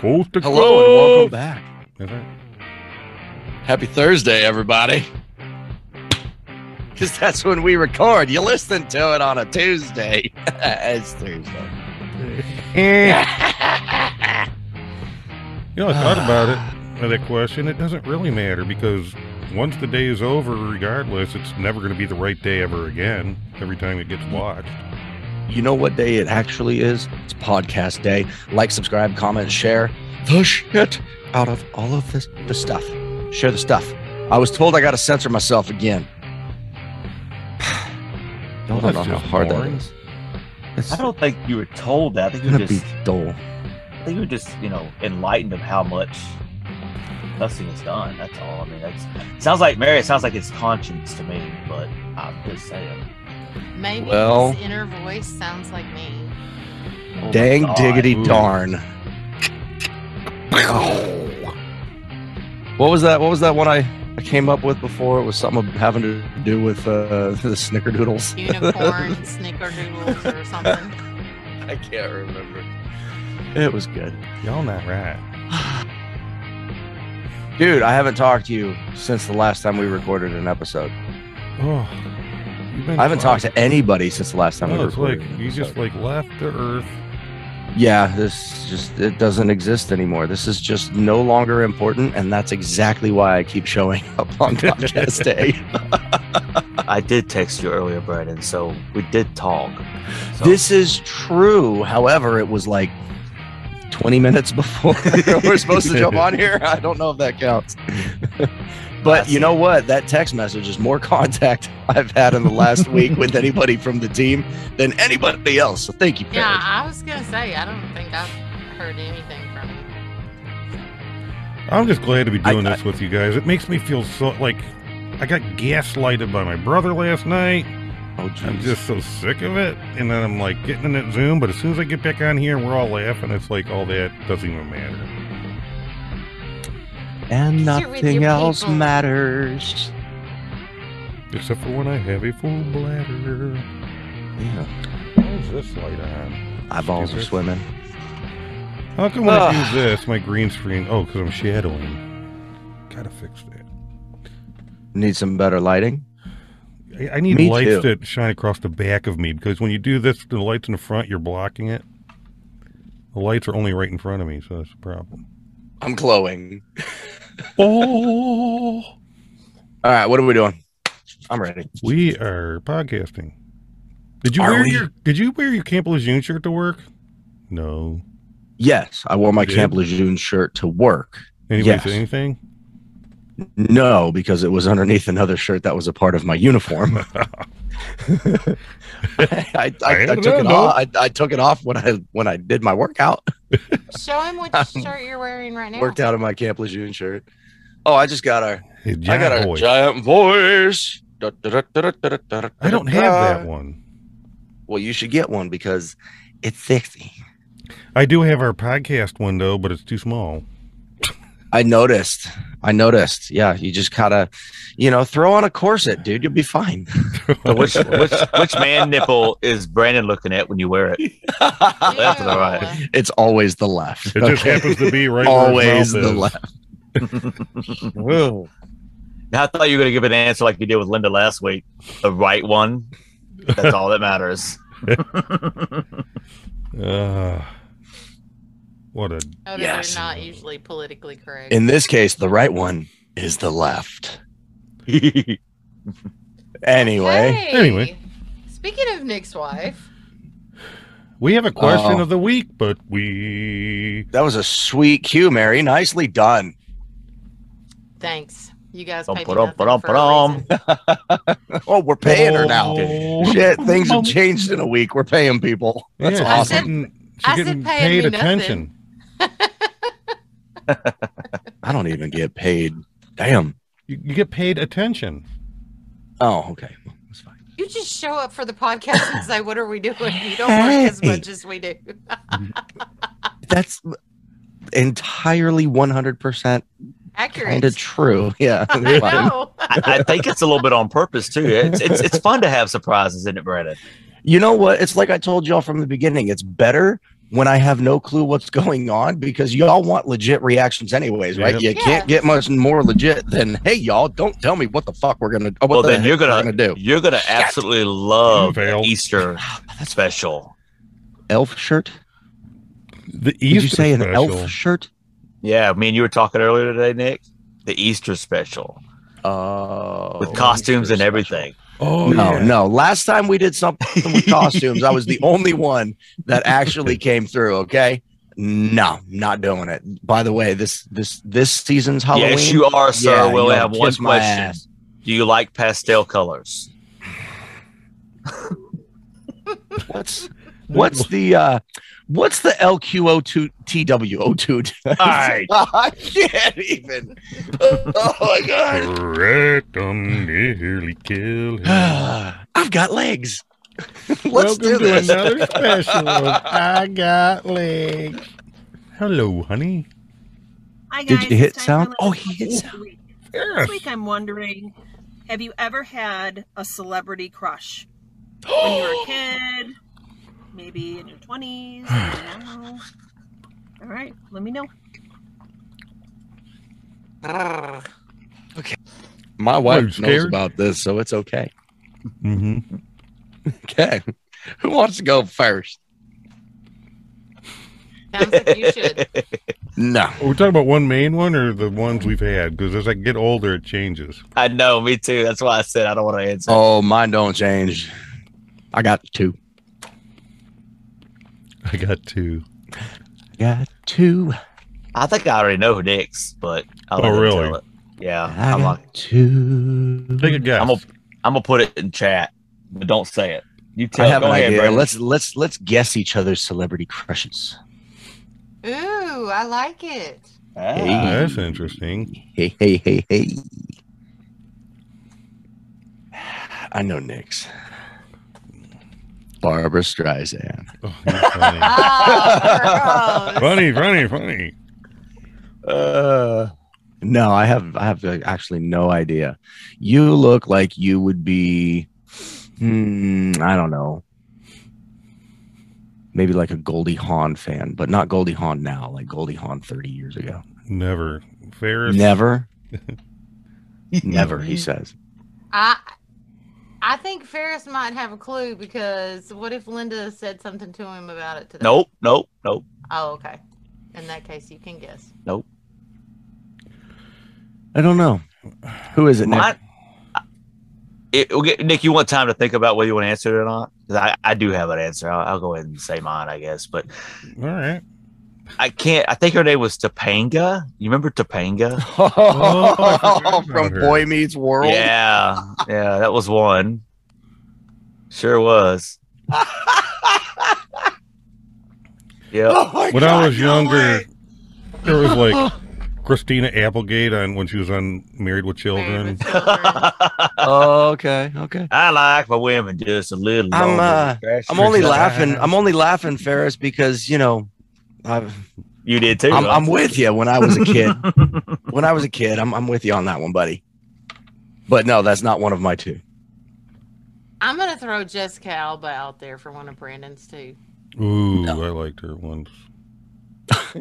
Goes to Hello and welcome clubs. back. That's right. Happy Thursday, everybody. Because that's when we record. You listen to it on a Tuesday. it's Thursday. Eh. you know, I thought about it, uh, that question. It doesn't really matter because once the day is over, regardless, it's never going to be the right day ever again every time it gets watched. You know what day it actually is? It's podcast day. Like, subscribe, comment, share the shit out of all of this the stuff. Share the stuff. I was told I got to censor myself again. Well, Y'all don't know that's how just hard boring. that is. It's I don't think you were told that. I think you gonna be just, dull. I think you were just, you know, enlightened of how much cussing is done. That's all. I mean, that's it sounds like Mary. It sounds like it's conscience to me, but I'm just saying. Maybe Well- his inner voice sounds like me. Oh my Dang God. diggity Ooh. darn. What was that? What was that one I, I came up with before? It was something having to do with uh, the snickerdoodles. Unicorn snickerdoodles or something. I can't remember. It was good. Y'all not right. Dude, I haven't talked to you since the last time we recorded an episode. Oh, you've been I haven't talked to anybody since the last time we No, it's like recorded. an you just episode. like left the earth. yeah, this just it doesn't exist anymore. This is just no longer important, and that's exactly why I keep showing up on podcast day. I did text you earlier, Brandon. So we did talk. So- This is true. However, it was like 20 minutes before we're supposed to jump on here. I don't know if that counts. but you know what? That text message is more contact I've had in the last week with anybody from the team than anybody else. So thank you, Yeah, Paris. I was gonna say I don't think I've heard anything from him. I'm just glad to be I- doing I- this with you guys. It makes me feel so like I got gaslighted by my brother last night. Oh, I'm jeez. just so sick of it. And then I'm like getting in that Zoom, but as soon as I get back on here, we're all laughing. It's like all that doesn't even matter. and You're with nothing your else people. matters. Except for when I have a full bladder. Yeah, Why is this light on? eyeballs are Stupid. swimming. How come when I Ah. do this, my green screen? Oh, because I'm shadowing. Gotta fix that. Need some better lighting. I, I need Me lights too. that shine across the back of me because when you do this, the lights in the front, you're blocking it. The lights are only right in front of me, so that's a problem. I'm glowing. Oh, All right, what are we doing? I'm ready. we are podcasting. Did you Are wear we? your Did you wear your Camp Lejeune shirt to work? No. Yes, I wore my You did? Camp Lejeune shirt to work. Anybody Yes. say anything? No, because it was underneath another shirt that was a part of my uniform. I, I, I, I don't took it know. off. I, I took it off when I when I did my workout. Show him which shirt you're wearing right now. Worked out in my Camp Lejeune shirt. Oh, I just got a Hey, I got John a Boy. giant voice. Da, da, da, da, da, da, da, da, I don't da, have da. that one. Well, you should get one because it's sexy. I do have our podcast one though, but it's too small. I noticed. I noticed. Yeah, you just gotta, you know, throw on a corset, dude. You'll be fine. So which which which man nipple is Brandon looking at when you wear it? Left and right. Ew. it's always the left. It just okay? happens to be right where always his mouth the is. left. I thought you were gonna give an answer like you did with Linda last week. The right one. That's all that matters. Uh, what a Notice Yes. They're not usually politically correct. In this case, the right one is the left. Anyway, Hey, Anyway. Speaking of Nick's wife, we have a question Oh. of the week, but we that was a sweet cue, Mary. Nicely done. thanks. You guys Bum, paid me ba-dum, nothing ba-dum, for a ba-dum. reason. Oh, we're paying her now. Oh. Shit, things have changed in a week. We're paying people. That's she's I awesome. said- getting- she's I said getting paying paid me nothing. attention. I don't even get paid. Damn. You, you get paid attention. Oh, okay. Well, That's fine. You just show up for the podcast and say, "What are we doing?" You don't work as Hey. much as we do. That's entirely 100% kind of Accurate. true. Yeah. I that's fine. know. I, I think it's a little bit on purpose too. It's it's, it's fun to have surprises, isn't it, Brandon? You know what? It's like I told y'all from the beginning. It's better when I have no clue what's going on because y'all want legit reactions anyways, right? Yep. You Yeah. can't get much more legit than hey y'all, don't tell me what the fuck we're gonna. Oh, what well, the then heck you're we're gonna, do you're gonna absolutely love Fail. the Easter Ah, special. elf shirt. The Did Easter you say an special. elf shirt? Yeah, me and you were talking earlier today, Nick. The Easter special Oh, with costumes Easter and special. everything. Oh no, yeah. no. Last time we did something with costumes, I was the only one that actually came through. Okay. No, not doing it. By the way, this this this season's Halloween. Yes, you are, sir. Yeah, we only y'all have one kiss my question. ass. Do you like pastel colors? What's what's the uh what's the LQO2 TWO2? All right. I can't even. Oh my god. Rectum nearly kill him. I've got legs. Let's to do this. another special of I Got Legs. Hello, honey. Hi Did guys, you hit it's sound? time for Oh, Let's he Talk hit This sound. Week. Yes. This week I'm wondering, have you ever had a celebrity crush? When you were a kid, maybe in your 20s, maybe now. All right, let me know. My you wife knows scared? about this, so it's okay. Mm-hmm. Okay. Who wants to go first? Sounds like you should. No. Are we talking about one main one or the ones we've had? Because as I get older, it changes. I know, me too. That's why I said I don't want to answer. Oh, mine don't change. I got two. I got two. I got two. I think I already know who Nick's, but I'll let Oh, him really? tell it. I Yeah, Uh, I'm like, got two. Take a guess. I'm a- I'm gonna put it in chat, but don't say it. You tell. I have go an ahead, idea. Brandon. Let's let's let's guess each other's celebrity crushes. Ooh, I like it. Ah. Oh, That's interesting. Hey, hey, hey, hey. I know Nick's. Barbara Streisand. Oh, that's funny. Oh, gross. funny, funny, funny. Uh, No, I have I have uh, actually no idea. You look like you would be hmm, I don't know. Maybe like a Goldie Hawn fan, but not Goldie Hawn now, like Goldie Hawn 30 years ago. Never. Ferris. Never. Never, he says. I I think Ferris might have a clue because what if Linda said something to him about it today? nope, nope, nope. Oh, okay. In that case, you can guess. I don't know. Who is it, Nick? Mine, it, okay, Nick, you want time to think about whether you want to answer it or not? 'Cause I, I do have an answer. I'll, I'll go ahead and say mine, I guess. But All right. I can't. I think her name was Topanga. You remember Topanga? Oh, I forgot about from her. Boy Meets World. Yeah, yeah, that was one. Sure was. yeah. Oh my When God, I was no younger, way. there was like Christina Applegate on when she was on Married with Married Children. with Children. Oh, okay, okay. I like my women just a little. I'm, longer. uh, That's I'm for only sure. laughing. I'm only laughing, Ferris, because you know, I've, You did too. I'm, huh? I'm with you. When I was a kid, when I was a kid, I'm, I'm with you on that one, buddy. But no, that's not one of my two. I'm gonna throw Jessica Alba out there for one of Brandon's too. Ooh, I liked her once.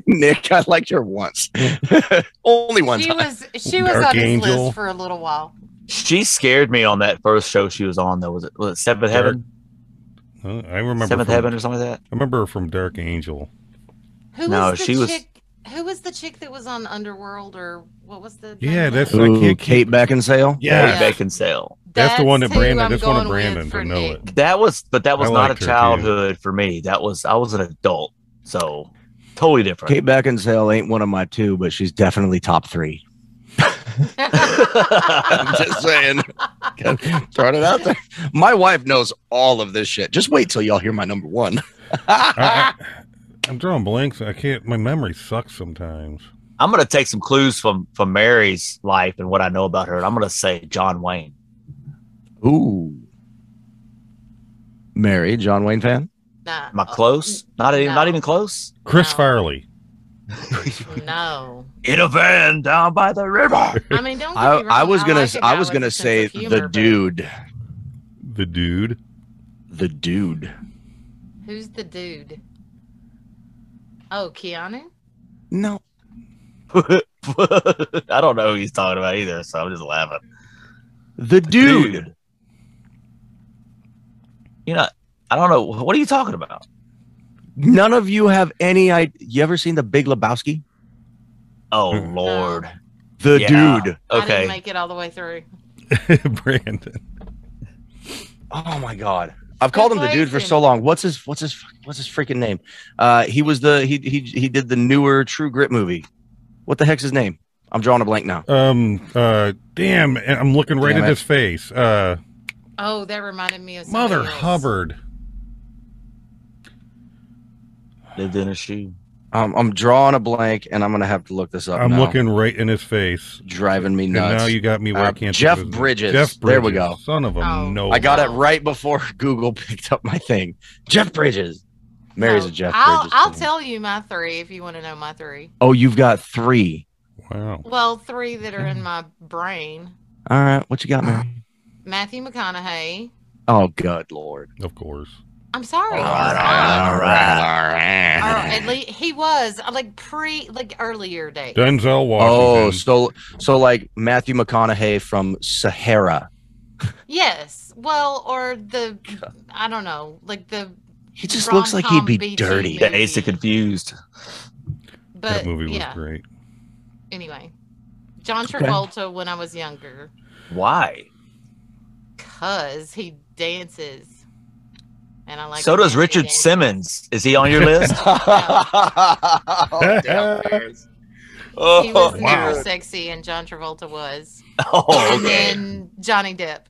Nick, I liked her once, only one she time. was she was Dark on his Angel. list for a little while. she scared me on that first show she was on. Though was it was it Seventh Dark- Heaven, Huh? I remember. Seventh from- Heaven, or something like that? I remember her from Dark Angel. Who No, was the she was- chick who was the chick that was on Underworld or what was the name Yeah, of that's- it? I Ooh, can't keep- Kate Beckinsale. Yeah. Mary Bacon Sale. That's the one that who Brandon- I'm that's one of going with Brandon's, for I know Nick. That was, but that was I not a liked her, too. childhood for me. That was I was an adult, so totally different. Kate Beckinsale ain't one of my two, but she's definitely top three. I'm just saying. Throwing it out there. My wife knows all of this shit. Just wait till y'all hear my number one. I, I, am drawing blanks. I can't. My memory sucks sometimes. I'm gonna take some clues from from Mary's life and what I know about her, and I'm gonna say John Wayne. Ooh. Mary, John Wayne fan? Nah. Am I close? Not even, No. not even close. Chris No. Farley. No. In a van down by the river. I mean, don't. Get I, me wrong, I was gonna like s- it I now was with gonna a sense of say humor, the but dude. The dude. The dude. Who's the dude? Oh, Keanu? No. I don't know who he's talking about either, so I'm just laughing. The dude. You know, I don't know. What are you talking about? None of you have any idea. You ever seen The Big Lebowski? Oh, Hmm. Lord. The Yeah. dude. I didn't Okay. make it all the way through. Brandon. Oh my god. I've called him the dude for Replacing. so long. What's his what's his fuck- what's his freaking name? Uh he was the he he he did the newer True Grit movie. What the heck's his name? I'm drawing a blank now. Um. Uh. Damn. and I'm looking right Damn at it. his face. Uh. Oh, that reminded me of somebody Mother else. Hubbard. Lived in a shoe. Um, I'm drawing a blank and I'm gonna have to look this up. I'm now. looking right in his face. driving me And now nuts. you got me where I Uh, can't. think Jeff of his name. Bridges. Jeff Bridges. There we go. Son of a Oh. no. I got it Wow. right before Google picked up my thing. Jeff Bridges. Mary's So, a Jeff I'll, Bridges. I'll fan. tell you my three if you want to know my three. Oh, you've got three. Wow. Well, three that are in Mm. my brain. All right, what you got, Mary? Matthew McConaughey. Oh, good lord. Of course. I'm sorry. All he's right, not. all right, Or at least he was uh, like pre, like earlier days. Denzel Washington. Oh, so so like Matthew McConaughey from Sahara. Yes. Well, or the I don't know, like the He just looks like he'd be Rom-com BG dirty. movie. Days of Confused. Oh, but that movie was yeah. great. Anyway, John Okay. Travolta when I was younger, Why? cause he dances, and I like. so does nasty Richard dances. Simmons. Is he on your list? Oh, damn, Paris. He was oh, never wow. sexy, and John Travolta was, oh, and okay. then Johnny Depp.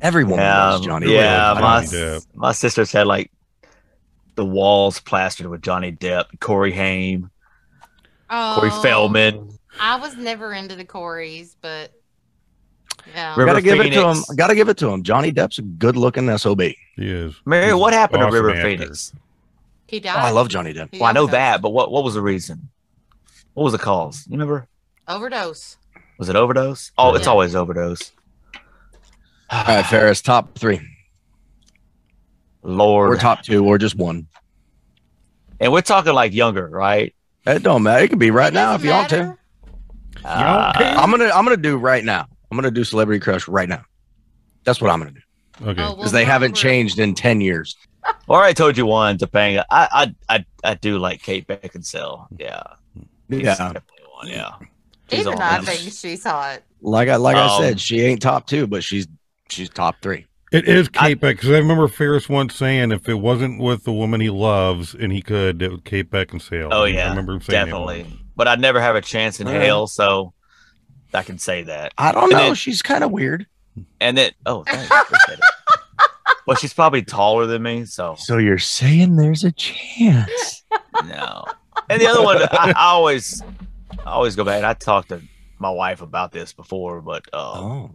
Everyone Yeah, loves Johnny. Depp. yeah my, Johnny Depp. my sisters had like the walls plastered with Johnny Depp, Corey Haim, Oh, Corey Feldman. I was never into the Corys, but yeah, River Gotta give it to him. Phoenix. Gotta give it to him. Johnny Depp's a good-looking sob. Oh, He is. Mary, He's what an happened awesome to River actor. Phoenix? he died. Oh, I love Johnny Depp. He Well, I know overdosed. that, but what, what was the reason? What was the cause? You remember? Overdose. Was it overdose? Oh, it's Yeah. always overdose. All right, Ferris, top three or Lord. top two or just one. and we're talking like younger, right? It don't matter. It could be right It now if doesn't you want to. matter. Uh, I'm gonna I'm gonna do right now. I'm gonna do Celebrity Crush right now. That's what I'm gonna do Okay. Oh, well, because they mine haven't were- changed in ten years. or I told you one, Topanga. I, I I I do like Kate Beckinsale. Yeah. She's Yeah, definitely one, yeah. She's Even on I this. think she's hot. like I like I Um, said, she ain't top two, but she's she's top three. It is I- Kate because I remember Ferris once saying if it wasn't with the woman he loves and he could, it would Kate Beckinsale. Oh, I yeah, remember him saying Definitely. But I'd never have a chance in Yeah. hell, so I can say that. I don't And know. then- she's kind of weird. And then oh thanks. appreciate it. But she's probably taller than me, so So you're saying there's a chance? no. And the other one, I, I always, I always go back. And I talked to my wife about this before, but uh, oh,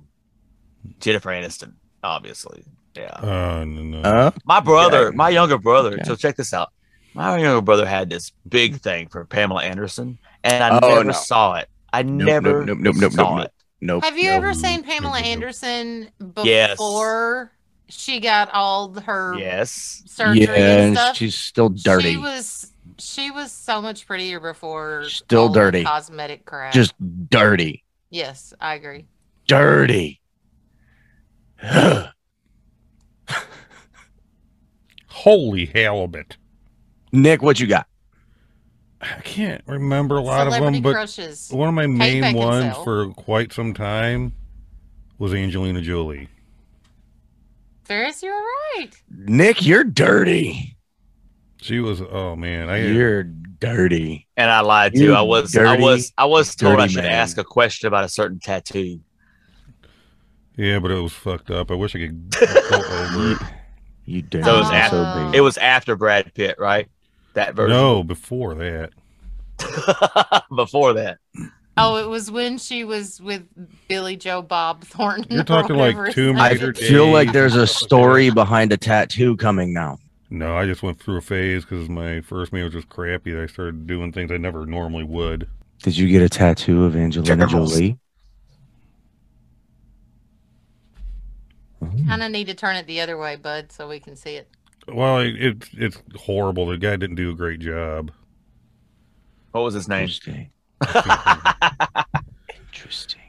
Jennifer Aniston, obviously. Yeah. that one. Uh, no, no. uh, My brother, Oh, Okay. my younger brother. Okay. So check this out. My younger brother had this big thing for Pamela Anderson, and I Oh, never no. saw it. I nope, never nope, nope, nope, saw nope, it. nope. Have you no, ever no, seen no, Pamela no. Anderson Yes. before she got all her Yes. surgery yeah, and and stuff? she's still dirty. She was she was so much prettier before Still all the dirty. cosmetic crap. Just dirty, yes, I agree. dirty. Holy halibut. Nick, what you got? I can't remember a lot of Celebrity them, but crushes. one of my main ones Beckinsale. for quite some time was Angelina Jolie. Ferris, you're right. Nick, you're dirty. She was, oh man, I You're dirty. And I lied too. You I was, I dirty, was, I was told I dirty should man. ask a question about a certain tattoo. yeah, but it was fucked up. I wish I could go over it. You dirty. So is SOB. Adam. It was after Brad Pitt, right? That version. No, before that. Before that, Oh, it was when she was with Billy Joe Bob Thornton. You're or talking like whatever his Tomb name I Raider is. feel like days. there's a story behind a tattoo coming now. No, I just went through a phase because my first marriage was crappy. I started doing things I never normally would. Did you get a tattoo of Angelina Generals. Jolie? Hmm. Kinda need to turn it the other way, bud, so we can see it. Well, it, it's it's horrible. The guy didn't do a great job. What was his name? Interesting. Interesting.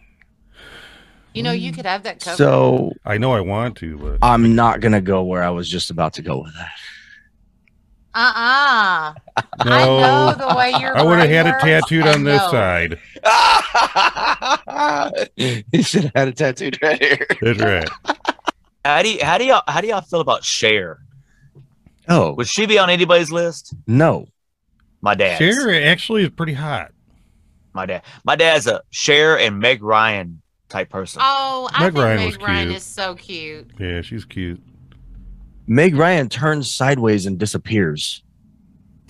You know, you could have that covered. Mm. So I know I want to, but I'm not gonna go where I was just about to go with that. uh-uh. I no, I, know the way you're. would have had it tattooed on this side. he should have had a tattooed right here. That's right. How do you, how do y'all how do y'all feel about Cher? Oh Would she be on anybody's list? no. My dad's. Cher actually is pretty hot. My dad. My dad's a Cher and Meg Ryan type person. Oh, I Meg think Ryan was Meg Ryan cute. is so cute. Yeah, she's cute. Meg Ryan turns sideways and disappears.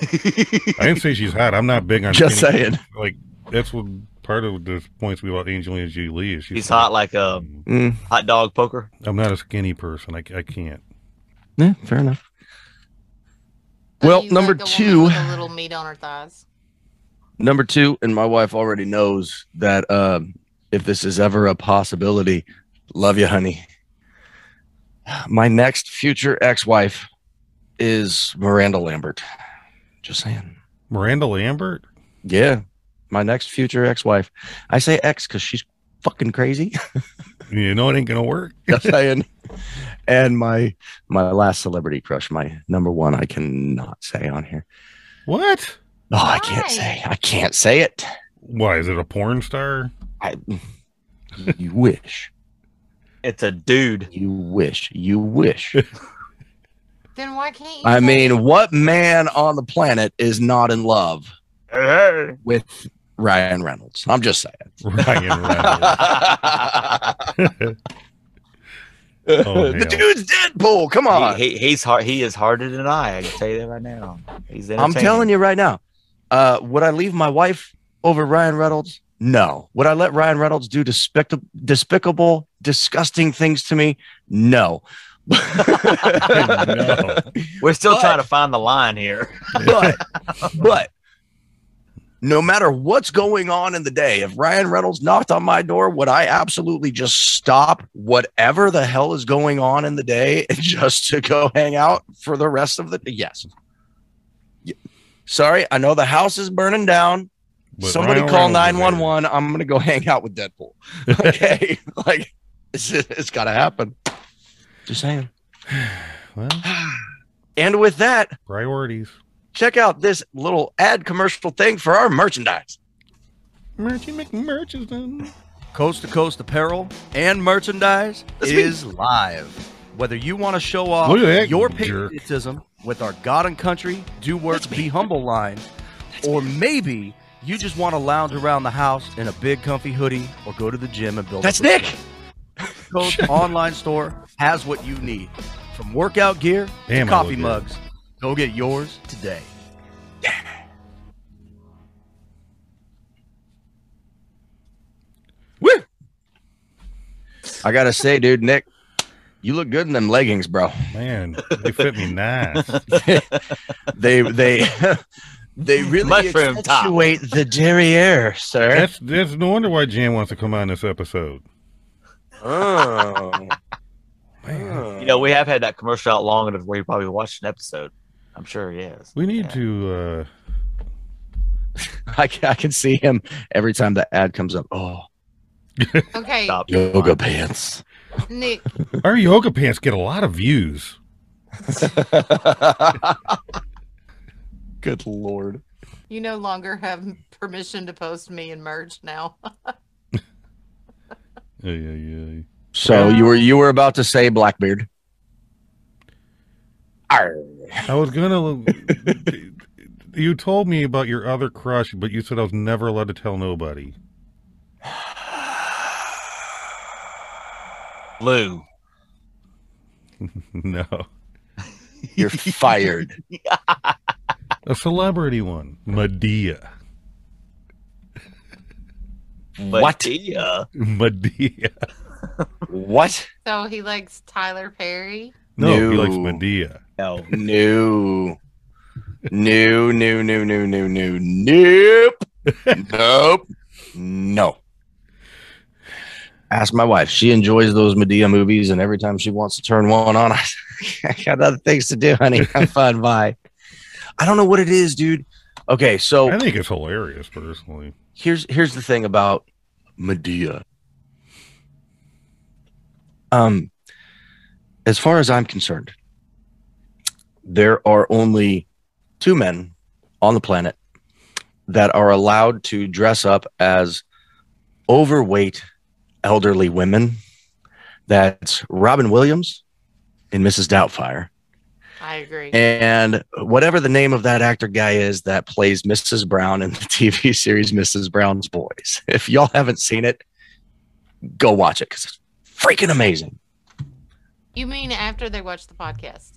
I didn't say she's hot. I'm not big on Just skinny- saying. Like that's what part of the points we about Angelina Jolie is. She's He's hot like a Mm, hot dog poker. I'm not a skinny person. I, I can't. yeah, fair enough. So Well, you number the woman two. with a little meat on her thighs. Number two, and my wife already knows that um, if this is ever a possibility, love you, honey. My next future ex-wife is Miranda Lambert. Just saying. Miranda Lambert. Yeah, my next future ex-wife. I say ex because she's fucking crazy. You know it ain't gonna work. Just saying. And my my last celebrity crush, my number one, I cannot say on here. What? Oh, I can't Why? say. I can't say it. Why is it a porn star? I, you wish. It's a dude. You wish. You wish. Then why can't you? I say- mean, what man on the planet is not in love with Ryan Reynolds? I'm just saying. Ryan Reynolds. he, Oh, the hell. dude's Deadpool. Come on. he, he's hard. He is harder than I. I can tell you that right now. He's. I'm telling you right now. Uh, would I leave my wife over Ryan Reynolds? No. Would I let Ryan Reynolds do despicable, despicable, disgusting things to me? No. no. We're still But- trying to find the line here. but but no matter what's going on in the day, if Ryan Reynolds knocked on my door, would I absolutely just stop whatever the hell is going on in the day and just to go hang out for the rest of the yes. Y- Sorry, I know the house is burning down. But Somebody Ryan call Reynolds is 911. I'm going to go hang out with Deadpool. Okay. like it's, it's got to happen. Just saying. there. Well, And with that, priorities. check out this little ad commercial thing for our merchandise. Merchant McMurchison. Coast to Coast Apparel and merchandise That's me. is live. Whether you want to show off Look at that your jerk. patriotism with our God and Country, Do Work, Be Humble line, or maybe you just want to lounge around the house in a big comfy hoodie or go to the gym and build That's up a Nick. Coast online store has what you need. From workout gear Damn, to I coffee look good. mugs, go get yours today. I gotta say, dude, Nick, you look good in them leggings, bro. Man, they fit me nice. They they they Ah. really Mushroom top. accentuate the derriere, sir. That's that's no wonder why Jan wants to come on this episode. oh. Man, You know, we have had that commercial out long enough where you probably watched an episode. I'm sure he has. we need Yeah. to. uh I, ca- I can see him every time the ad comes up. Oh, okay, Stop. yoga pants. Nick, uh, Our yoga pants get a lot of views. Good lord. you no longer have permission to post me and merge now. Yeah, yeah, yeah. So you were you were about to say Blackbeard. Arr. I was gonna. you told me about your other crush, but you said I was never allowed to tell nobody. Lou. No, You're fired. a celebrity one, Medea. But what? Yeah. Medea. What? So he likes Tyler Perry. No, he No. likes Medea. No. No. No, no, no, no, no, no, nope. Nope. No. ask my wife. She enjoys those Medea movies, and every time she wants to turn one on, I, I got other things to do, honey. Have fun. Bye. I don't know what it is, dude. Okay, so I think it's hilarious, personally. here's here's the thing about Medea. Um, as far as I'm concerned, there are only two men on the planet that are allowed to dress up as overweight elderly women. That's Robin Williams and Mrs. Doubtfire. I agree. And whatever the name of that actor guy is that plays Mrs. Brown in the TV series Mrs. Brown's Boys. If y'all haven't seen it, go watch it because it's freaking amazing. you mean after they watch the podcast?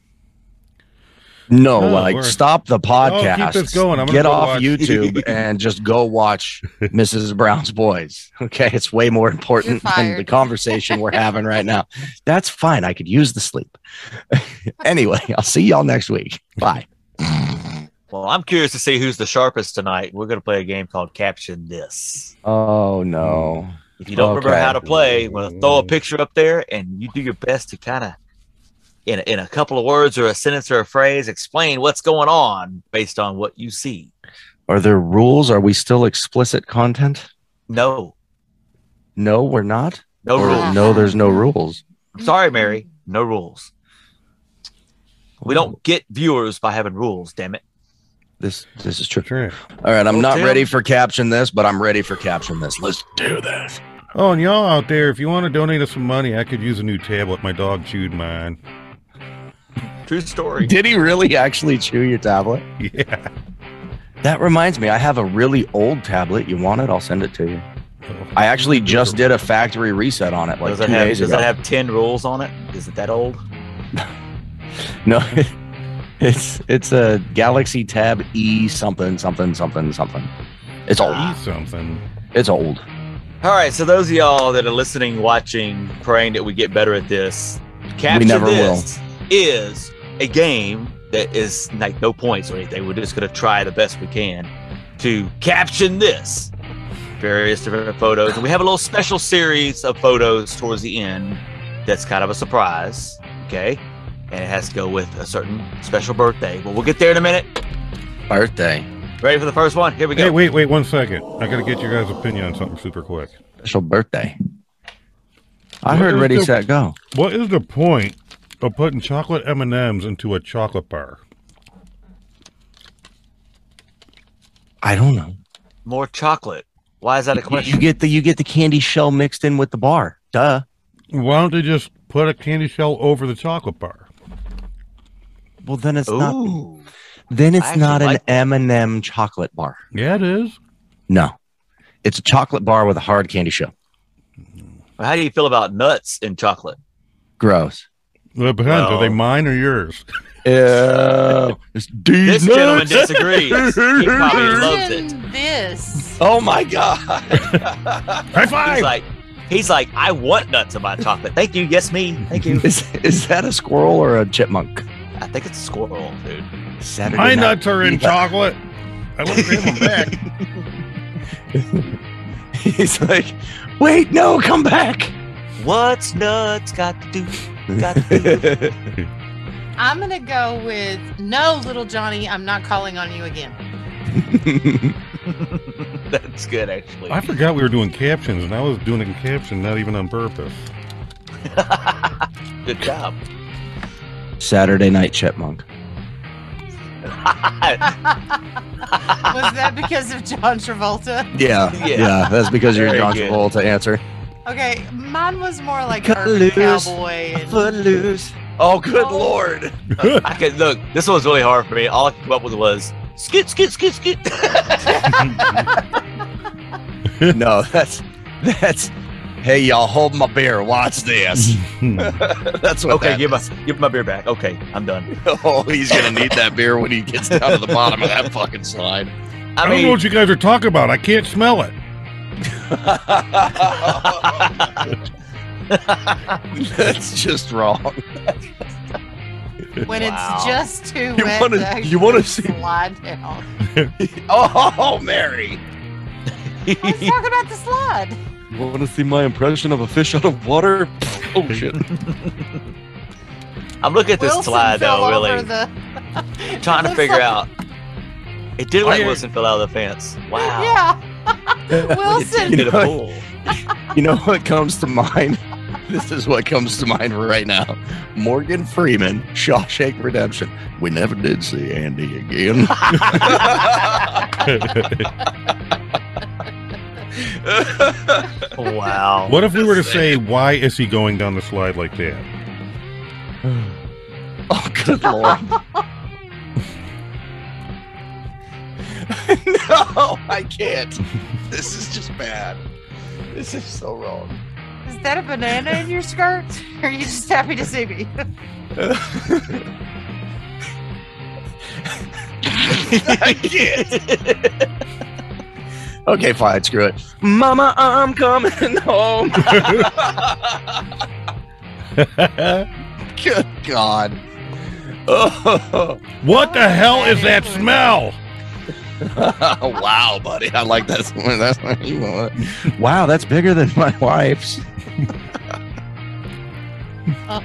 No, Oh, like word. stop the podcast. keep this going. I'm gonna Get go off watch- YouTube and just go watch Mrs. Brown's Boys. Okay, it's way more important than the fired. conversation we're having right now. That's fine. I could use the sleep. anyway, I'll see y'all next week. Bye. Well, I'm curious to see who's the sharpest tonight. We're gonna play a game called Caption This. Oh no. If you don't remember Okay. how to play, we're gonna throw a picture up there, and you do your best to kind of, in a, in a couple of words or a sentence or a phrase, explain what's going on based on what you see. Are there rules? Are we still explicit content? No, No, we're not. no Or rules. no, there's no rules. I'm sorry, Mary. No rules. We don't get viewers by having rules. Damn it. This this is true. Sure. All right, I'm Well, not Tim- ready for caption this, but I'm ready for caption this. Let's do this. Oh, and y'all out there, if you want to donate us some money, I could use a new tablet. My dog chewed mine. True story. Did he really actually chew your tablet? Yeah. That reminds me, I have a really old tablet. You want it? I'll send it to you. I actually just did a factory reset on it like does two it have days does ago. it have ten rules on it? Is it that old? no, it's it's a Galaxy Tab E something something something something. It's old. Eat something. It's old. All right, so those of y'all that are listening, watching, praying that we get better at this, Capture never This is a game that is like no points or anything. We're just going to try the best we can to caption this. Various different photos. And we have a little special series of photos towards the end that's kind of a surprise, okay? And it has to go with a certain special birthday. But we'll get there in a minute. Birthday. Ready for the first one? Here we go. Hey, wait, wait one second. I got to get your guys' opinion on something super quick. special birthday. I What heard is Ready the- Set Go. What is the point of putting chocolate M&Ms into a chocolate bar? I don't know. More chocolate. Why is that a You, question? you get the you get the candy shell mixed in with the bar. Duh. Why don't they just put a candy shell over the chocolate bar? Well, then it's not. Ooh. Then it's actually not an like M and m chocolate bar. Yeah, it is. No, it's a chocolate bar with a hard candy shell. Well, How do you feel about nuts in chocolate? Gross. Well, It depends. Are they Well- mine or yours? Ew. it's This these gentleman nuts. disagrees. He probably loves it. Imagine This. Oh my god. High five! He's like, he's like, I want nuts in my chocolate. Thank you. Yes, me. Thank you. is is that a squirrel or a chipmunk? I think it's a squirrel, dude. Saturday My night. nuts are in chocolate. I love them back. He's like, wait, no, come back. What's nuts got to do? Got to do. I'm gonna go with no, little Johnny. I'm not calling on you again. That's good, actually. I forgot we were doing captions, and I was doing it in caption, not even on purpose. good job. Saturday night chipmunk. Was that because of John Travolta? Yeah, Yeah. yeah, that's because you're Very John good. Travolta answer. Okay, mine was more like Cut Urban loose. Cowboy. and- Footloose. Oh, good Oh. lord! I could look. This one was really hard for me. All I could come up with was skit, skit, skit, skit. No, that's that's. Hey, y'all, hold my beer. Watch this. Hmm. that's what. okay, that give my is. give my beer back. Okay, I'm done. Oh, he's gonna need that beer when he gets down to the bottom of that fucking slide. I, I don't know mean, what you guys are talking about. I can't smell it. that's just wrong. When Wow. it's just too You wet wanna- to you wanna actually see- slide down. Oh, Mary. Oh, Let's talk about the slide. You want to see my impression of a fish out of water? Oh shit! I'm looking at this Wilson slide fell though, really over the- trying to Looks figure like- out. Oh, It did like Why are- Wilson fell out of the fence. Wow. Yeah. Wilson. Into the You know- pool. You know what comes to mind? This is what comes to mind right now. Morgan Freeman, Shawshank Redemption. We never did see Andy again. wow. What if we were to say, why is he going down the slide like that? Oh, good lord. no, I can't. This is just bad. This is so wrong. Is that a banana in your skirt? Or are you just happy to see me? Okay, fine, screw it. Mama, I'm coming home. Good God. Oh, what the hell is that smell? wow, buddy. I like that. That's you want. Wow, that's bigger than my wife's. Oh.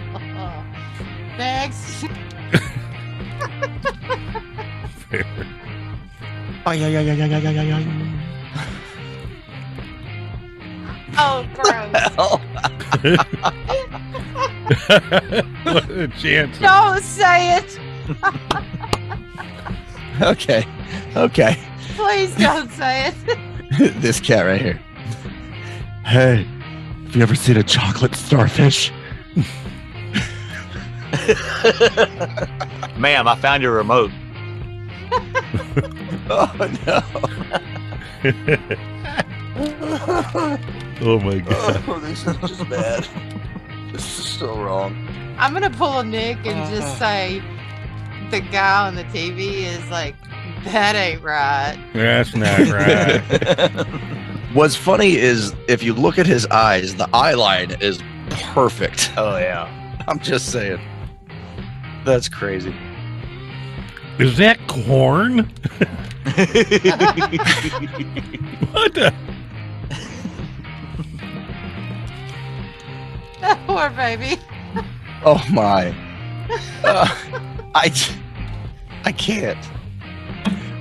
Next. Oh, gross. Oh, what a chance. Don't say it. okay. Okay. Please don't say it. this cat right here. Hey, have you ever seen a chocolate starfish? Ma'am, I found your remote. Oh, no. oh my god. oh, this is just bad. This is so wrong. I'm going to pull a Nick Uh-huh. and just say the guy on the TV is like, that ain't right. That's not right. What's funny is if you look at his eyes, the eye line is perfect. Oh yeah. I'm just saying. That's crazy. Is that corn? What the? Poor baby. Oh my. Uh, I, j- I can't.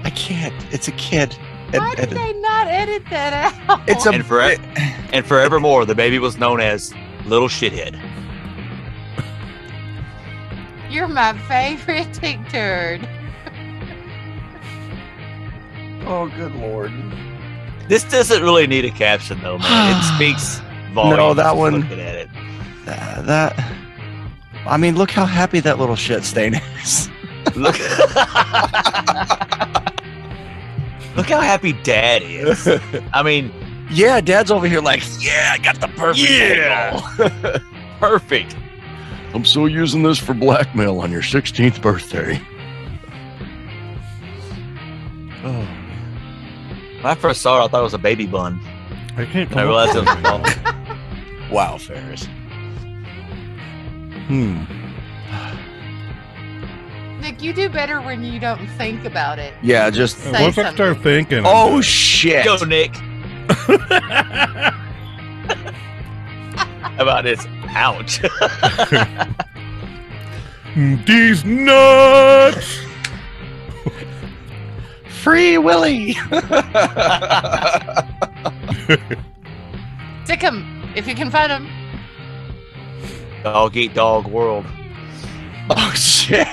I can't. It's a kid. And- Why did and they not edit that out? it's a And for it- and forevermore, the baby was known as Little Shithead. You're my favorite tick turd. Oh, good lord. This doesn't really need a caption though, man. It speaks volumes. No, that just one- Looking at it. Uh, that. I mean, look how happy that little shit stain is. Look. Look how happy Dad is. I mean, yeah, dad's over here like, yeah, I got the perfect. Yeah. perfect. I'm still using this for blackmail on your 16th birthday. When I first saw it, I thought it was a baby bun. I can't I realized it was a come up bun. with Wow, Ferris. anything. Hmm. Nick, you do better when you don't think about it. Yeah, just. Say Once I start something. thinking. I'm Oh, done. shit. Go, Nick. How about this? Ouch. These nuts! Free Willy. Tick him if you can find him. dog eat dog world. Oh, shit.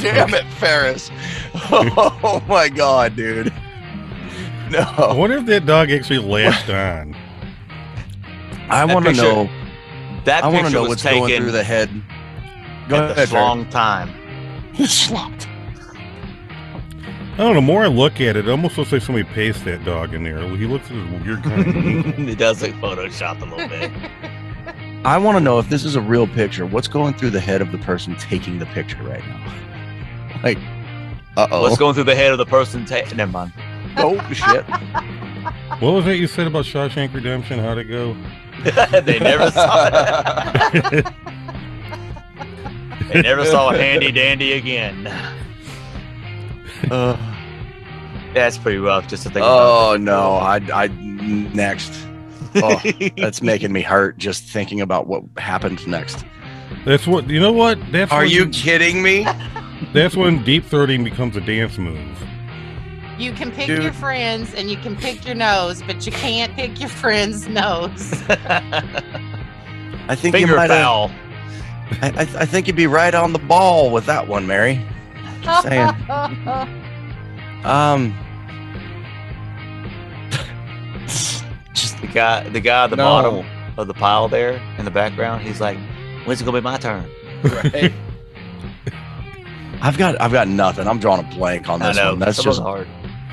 Damn it, Ferris. Oh, my God, dude. I Oh. No. wonder if that dog actually latched on. I That want to picture- know. That I want picture to know was what's taken going through the head. Go at ahead, the wrong time. Slumped. I don't know. The more I look at it, it almost looks like somebody pasted that dog in there. He looks like you're kind of it does look photoshopped a little bit. I want to know if this is a real picture. What's going through the head of the person taking the picture right now? Like, uh What's oh. going through the head of the person? Ta- Never mind. Oh shit. What was that you said about Shawshank Redemption? How'd it go? they never saw it. They never saw Handy Dandy again. Uh, That's pretty rough just to think Oh no, I, I next. Oh, about. it. that's making me hurt just thinking about what happened next. That's what you know. What that's Are when, you kidding me? That's when deep throating becomes a dance move. You can pick your Dude. friends and you can pick your nose, but you can't pick your friend's nose. I think you Finger might. have- foul. I, I, I think you'd be right on the ball with that one, Mary. Just saying. Um. Just the guy, the guy at the No. bottom of the pile there in the background. He's like, "When's it gonna be my turn?" right. I've got I've got nothing. I'm drawing a blank on I this know one. That's some of just them hard.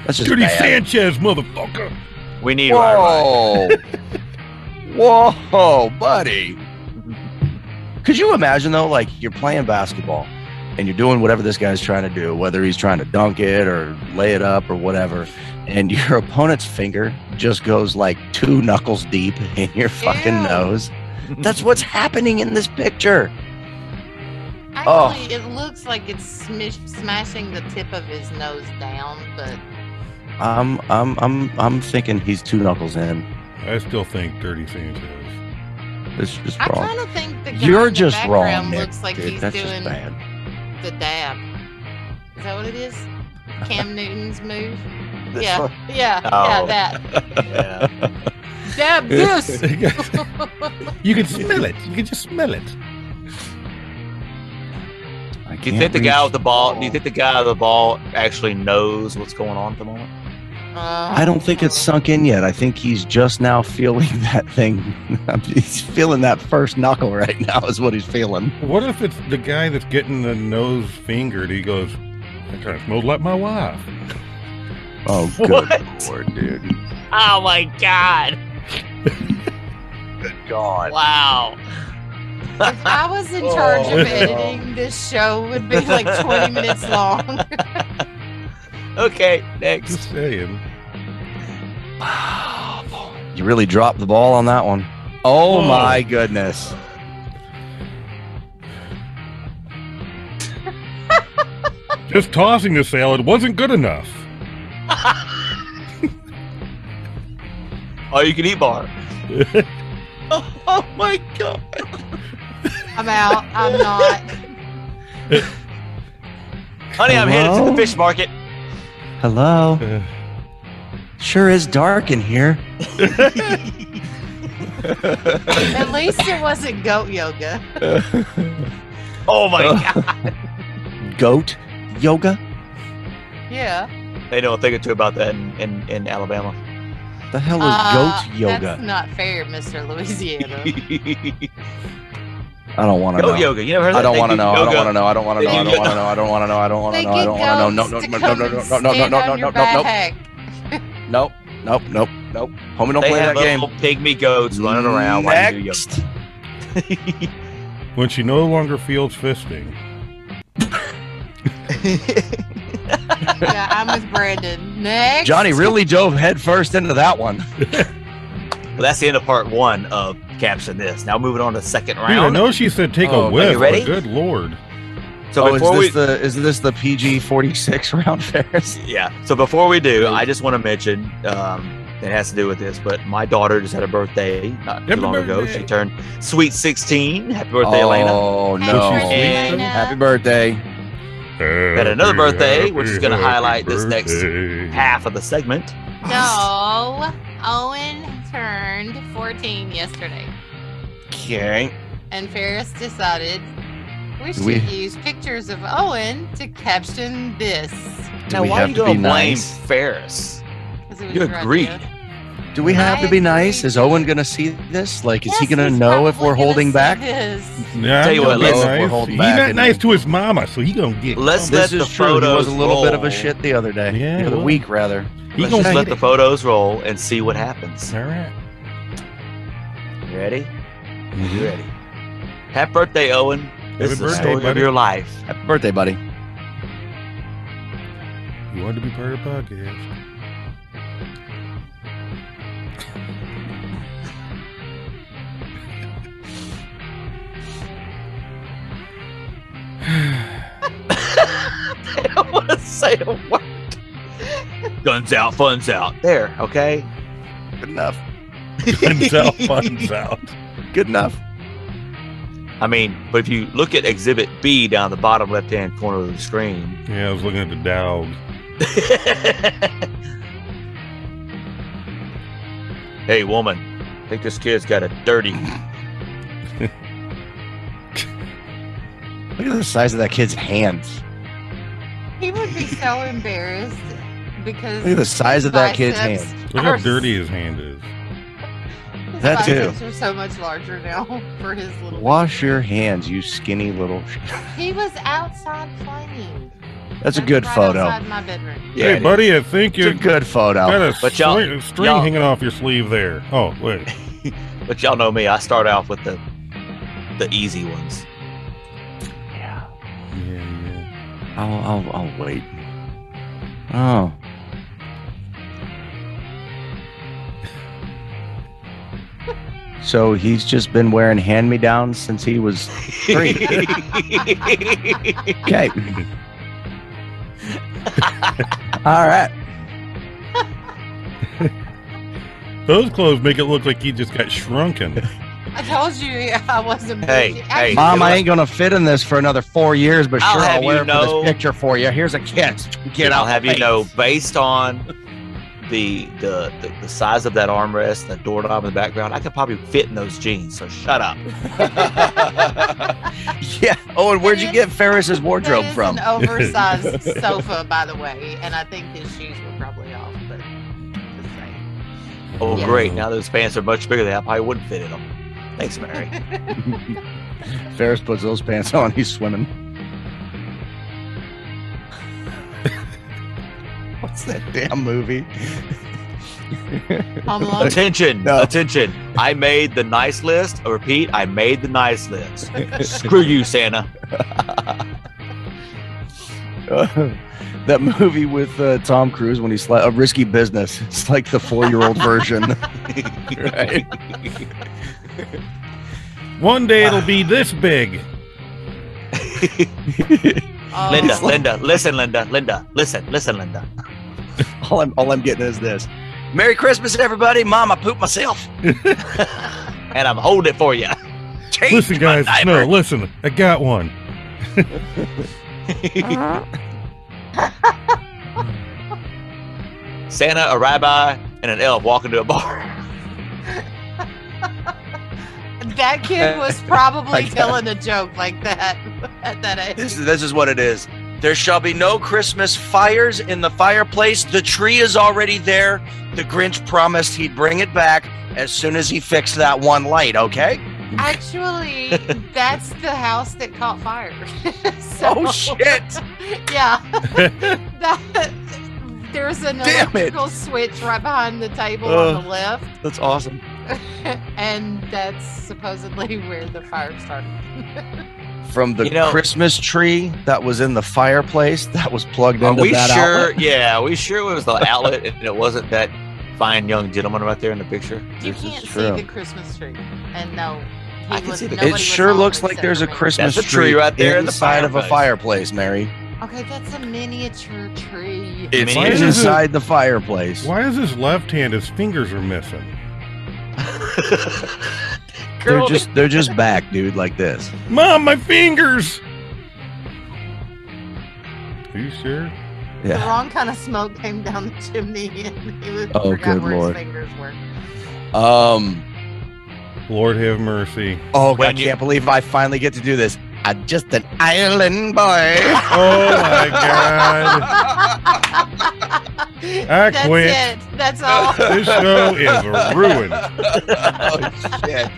that's just Judy bad. Sanchez, motherfucker. We need Ryan Ryan. Whoa. Whoa, buddy. Could you imagine though, like you're playing basketball and you're doing whatever this guy's trying to do, whether he's trying to dunk it or lay it up or whatever, and your opponent's finger just goes like two knuckles deep in your fucking Ew. nose. That's what's happening in this picture. Oh. Actually, it looks like it's smish- smashing the tip of his nose down, but I'm I'm I'm I'm thinking he's two knuckles in. I still think Dirty Sanchez. It's just I wrong. kind of think the guy Oh. You're in the just wrong. background Nick, looks like dude. he's That's doing just bad. the dab. Is that what it is? Cam Newton's move? This yeah, one- yeah, Oh. yeah, that. Yeah. Dab this! you can smell it. You can just smell it. I Do you can't think the guy reach with the ball? Do you ball. think the guy with the ball actually knows what's going on at the moment? I don't think it's sunk in yet. I think he's just now feeling that thing. he's feeling that first knuckle right now, is what he's feeling. What if it's the guy that's getting the nose fingered? He goes, "I kind of smelled like my wife." Oh, good What? lord, dude. Oh my god! Good God. Wow. If I was in charge Oh, of no. editing, this show would be like 20 minutes long. okay, next. Just saying. You really dropped the ball on that one. Oh, Whoa. my goodness. Just tossing the salad wasn't good enough. Oh, you can eat bar. Oh, my God. I'm out. I'm not. Honey, I'm headed to Hello? the fish market. Hello. Uh, Sure is dark in here. At least it wasn't goat yoga. Oh my god! Goat yoga? Yeah. They know a thing or two about that in, in, in Alabama. The hell is Uh, goat yoga? That's not fair, Mr. Louisiana. Goat I don't want to know. Oh, yoga. You never heard of that? I don't They want to do know. I don't yoga. want to know. I don't want to know. I don't want to know. I don't want to know. I don't want to They know. I get don't want to know. No, goats no, to no, no, come no, and no, no, no, stand no, on no, your no, no, no. back. Nope, nope, nope, nope. Homie, don't They play have that game. little pygmy goats running around while you do yoga. Next. when she no longer feels fisting. Yeah, I'm with Brandon. Next. Johnny really dove headfirst into that one. Well, that's the end of part one of caption this. Now moving on to the second Dude, I round. know she said take Oh, are a you whiff. but ready? Good lord. so oh, is before this we, the is this the PG forty six round Ferris? yeah. So before we do, I just want to mention um, it has to do with this, but my daughter just had a birthday not too Happy long ago. birthday. She turned sweet sixteen. Happy birthday, Elena. Oh Happy no! birthday, Elena. Happy birthday! Got another birthday, which is gonna highlight this next Half of the segment. No. Owen turned 14 yesterday, Okay. and Ferris decided we should we- use pictures of Owen to caption this. Do now, we why have are you to be gonna blame nice? Ferris? 'cause it was You your agreed. idea. Do we have I to be nice? agree. Is Owen gonna see this? Like, is he Yes, gonna he's know if probably we're gonna holding see back? this. Yeah, Tell you what, let's- We're nice. holding He back not and- nice to his mama, so he gonna get. Let's This let the is true. He photos was a little bit of a roll. shit the other day. Yeah, the other he week rather. He Let's gonna just get let the it. photos roll and see what happens. All right. You ready? You ready? Happy birthday, Owen. Mm-hmm. Happy This is the birthday, story of buddy. your life. Happy birthday, buddy. You wanted to be part of the podcast. I don't want to say a word. Guns out, funds out. There, okay. Good enough. Guns out, funds out. Good enough. I mean, but if you look at Exhibit B down the bottom left-hand corner of the screen, Yeah, I was looking at the dog. hey, woman, I think this kid's got a dirty. Look at the size of that kid's hands. He would be so embarrassed because Look at the size of that kid's biceps hands. Look how are- dirty his hand is. his That too. biceps are so much larger now for his little. Wash your hands, you skinny little. sh- He was outside playing. That's a That's good right photo. Outside my bedroom. Yeah, hey, buddy, I think It's you a good got photo. a But y'all- string, string y'all- hanging off your sleeve there. Oh, wait. But y'all know me. I start off with the the easy ones. Yeah, yeah. I'll, I'll, I'll wait. Oh. So he's just been wearing hand me downs since he was. Okay. All right. Those clothes make it look like he just got shrunken. I told you I wasn't. Hey, busy. hey. Actually, Mom, I ain't gonna fit in this for another four years, but I'll sure have I'll, wear you it know- for this picture for you. Here's a kiss. Get I'll out have the you know, face. based on the, the the the size of that armrest, that doorknob in the background, I could probably fit in those jeans. So shut up. Yeah. Oh, and where'd you is- get Ferris's that wardrobe is from? An oversized sofa, by the way, and I think his shoes were probably off, but just saying. Oh, Yeah. great! Now those pants are much bigger than I probably wouldn't fit in them. Thanks, Mary. Ferris puts those pants on. He's swimming. What's that damn movie? Home Alone. Attention, No. attention. I made the nice list. I repeat, I made the nice list. Screw you, Santa. that movie with uh, Tom Cruise when he's like a risky business. It's like the four-year-old version, right? One day Uh, it'll be this big. Oh, Linda, Linda, listen, Linda, Linda, listen, listen, Linda. All I'm all I'm getting is this. Merry Christmas, everybody. Mom, I pooped myself. And I'm holding it for you. Change Listen, my guys. No, diaper. listen. I got one. Santa, a rabbi, and an elf walk into a bar. That kid was I probably got- telling a joke like that at that age. This, this is what it is. There shall be no Christmas fires in the fireplace. The tree is already there. The Grinch promised he'd bring it back as soon as he fixed that one light, okay? Actually, that's the house that caught fire. so, Oh, shit. Yeah. that, there's an Damn it. electrical switch right behind the table on the left, That's awesome. and that's supposedly where the fire started. From the You know- Christmas tree that was in the fireplace that was plugged Are into we that sure? outlet. Yeah, we sure it was the outlet and it wasn't that fine young gentleman right there in the picture. you This is can't see true. the Christmas tree, and no. he I can was- see the- nobody It was sure home looks like except there's a for me. Christmas That's a tree right there in the inside of a fireplace. fireplace, Mary. Okay, that's a miniature tree. It's Mini- is it- inside the fireplace. Why is his left hand? His fingers are missing. They're Girl, just they're just back, dude, like this. Mom, my fingers. Are you sure? The Yeah. wrong kind of smoke came down the chimney, and he was, Oh, forgot good where Lord. his fingers were. Um Lord have mercy. Oh, When I you- can't believe I finally get to do this. I'm just an island boy. Oh my God! I That's quit. it. That's all. This show is ruined. oh shit!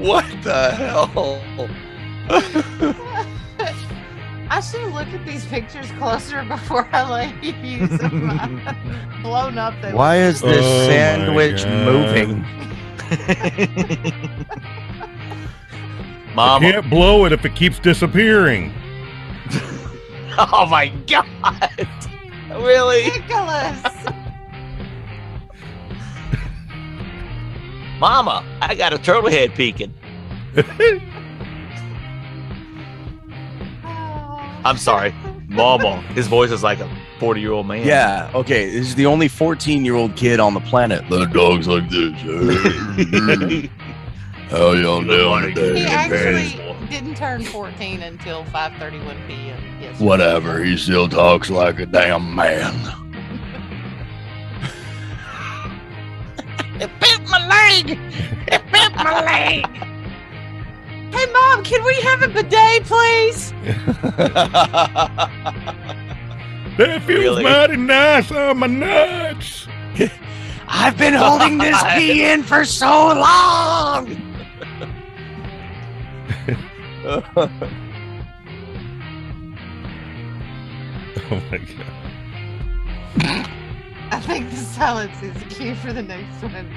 What the hell? I should look at these pictures closer before I like use them. I'm Blown up. They Why is this Oh my sandwich God. moving? I Mama. can't blow it if it keeps disappearing. Oh my god! Really? ridiculous. Mama, I got a turtle head peeking. Oh. Oh. I'm sorry. Mama. His voice is like a 40 year old man. Yeah. Okay. This is the only 14 year old kid on the planet. The dog's like this. he How y'all doing today? He Yeah, actually man. didn't turn 14 until 5:31 p.m. yesterday. Whatever. He still talks like a damn man. It bit my leg. It bit my leg. Hey, mom, can we have a bidet, please? That feels Really? mighty nice on my nuts. I've been holding this key in for so long. Oh my god. I think the silence is a cue for the next one.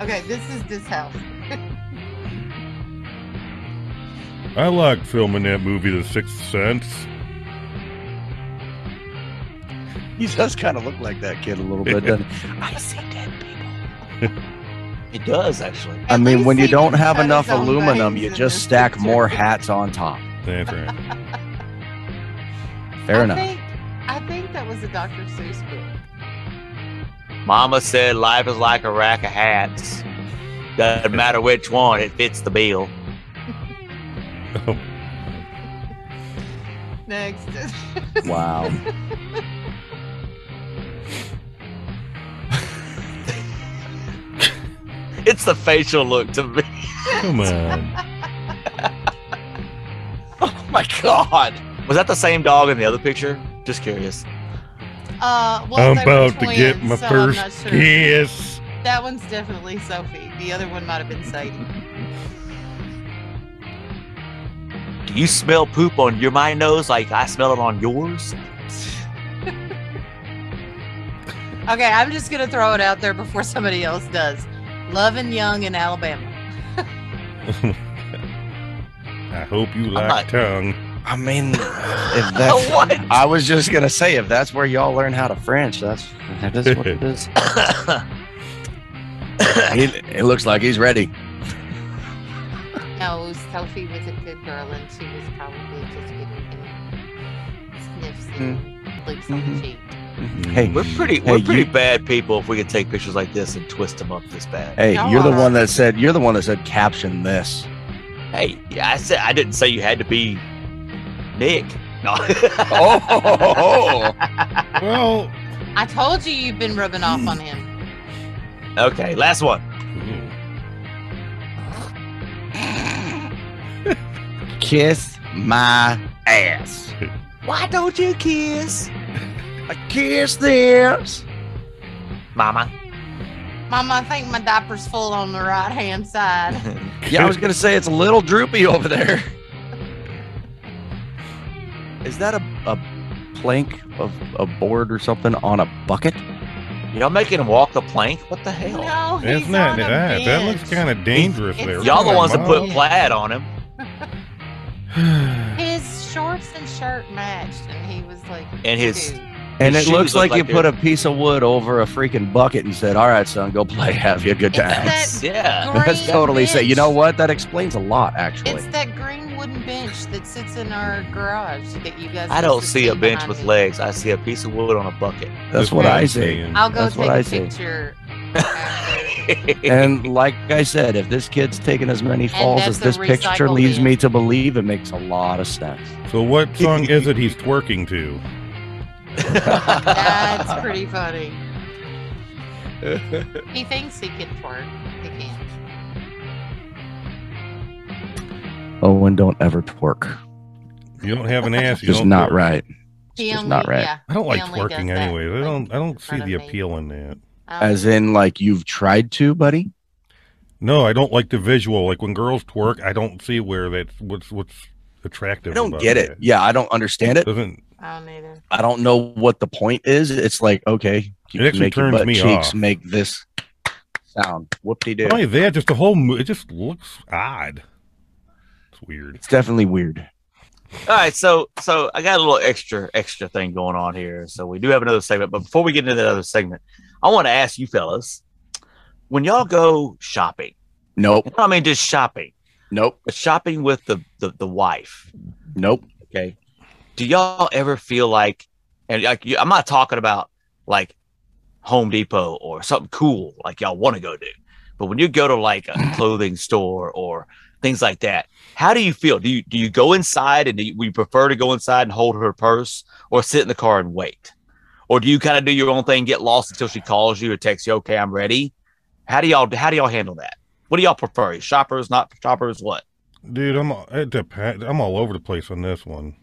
Okay, this is this house. I liked filming that movie, The Sixth Sense. He does kind of look like that kid a little bit, doesn't he? I see dead people. does, actually. I At mean, least when you he don't didn't have cut his enough own aluminum, veins you in just this stack picture. more hats on top. That's right. Fair I enough. Think, I think that was a Dr. Seuss book. Mama said life is like a rack of hats. Doesn't matter which one, it fits the bill. Oh, Next. Wow. It's the facial look to me. come on. Oh my god. Was that the same dog in the other picture? Just curious. Uh, well, I'm they were about to twins, get my so I'm first not sure. kiss. That one's definitely Sophie. The other one might have been Sadie. Do you smell poop on your my nose like I smell it on yours? Okay, I'm just gonna throw it out there before somebody else does. Love and Young in Alabama. I hope you like not- tongue. I mean, if that's. what? I was just gonna say, if that's where y'all learn how to French, that's that is what it is. he, it looks like he's ready. No, Sophie was a good girl and she was probably just getting sniffs and Hmm. lips on Mm-hmm. the cheek. Hey, We're pretty we're Hey, pretty you- bad people if we could take pictures like this and twist them up this bad. Hey, Y'all you're the are- one that said you're the one that said caption this. Hey, yeah, I said I didn't say you had to be Nick. No. Oh, Mm. Well, I told you you've been rubbing off on him. okay, last one. ooh, kiss my ass. Why don't you kiss? I kiss this. Mama. Mama, I think my diaper's full on the right hand side. Yeah, I was gonna say it's a little droopy over there. Is that a, a plank of a board or something on a bucket? Y'all making him walk the plank? What the hell? No, he's that's not on a that. That looks bench. kind of dangerous It's- there. Y'all the Come ones on, that put Mom. plaid on him. His shorts and shirt matched, and he was like, And his- "Dude." And His it looks shoes look like, like you put a piece of wood over a freaking bucket and said, "All right, son, go play. Have you a good It's time." that Yeah. That's green totally safe. You bench. know what? That explains a lot, actually. It's that green wooden bench that sits in our garage that you guys. I don't used to see a bench behind with me. legs. I see a piece of wood on a bucket. That's That's what what I I'm say. saying. I'll go That's what take I a see. picture. And like I said, if this kid's taking as many falls that's as this a picture recycle leaves bin. me to believe, it makes a lot of sense. So what song is it he's twerking to? That's pretty funny. He thinks he can twerk. He can't. Owen, don't ever twerk. You don't have an ass. It's You just don't not twerk. right. He just only, not right. Yeah, I don't like He only does twerking that, anyway. I like, don't. I in don't see front the of me. appeal in that. I don't As in, like you've tried to, buddy. No, I don't like the visual. Like when girls twerk, I don't see where that's what's what's attractive. I don't about get it. that. Yeah, I don't understand it. Doesn't I don't either. I don't know what the point is. It's like, okay, you It actually make your turns butt me cheeks off. make this sound. Whoop de doo. not only that, just the whole. Mo- it just looks odd. It's weird. It's definitely weird. All right, so so I got a little extra extra thing going on here. So we do have another segment, but before we get into that other segment, I want to ask you fellas, when y'all go shopping, Nope. and I mean just shopping, Nope. but shopping with the the, the wife, Nope. okay? do y'all ever feel like, and like, you- I'm not talking about like Home Depot or something cool like y'all want to go do, but when you go to like a clothing store or things like that, how do you feel? Do you do you go inside and do you, we prefer to go inside and hold her purse or sit in the car and wait, or do you kind of do your own thing, get lost until she calls you or texts you, okay, I'm ready? How do y'all how do y'all handle that? What do y'all prefer? You Shoppers, not shoppers, what? Dude, I'm all- it depends. I'm all over the place on this one.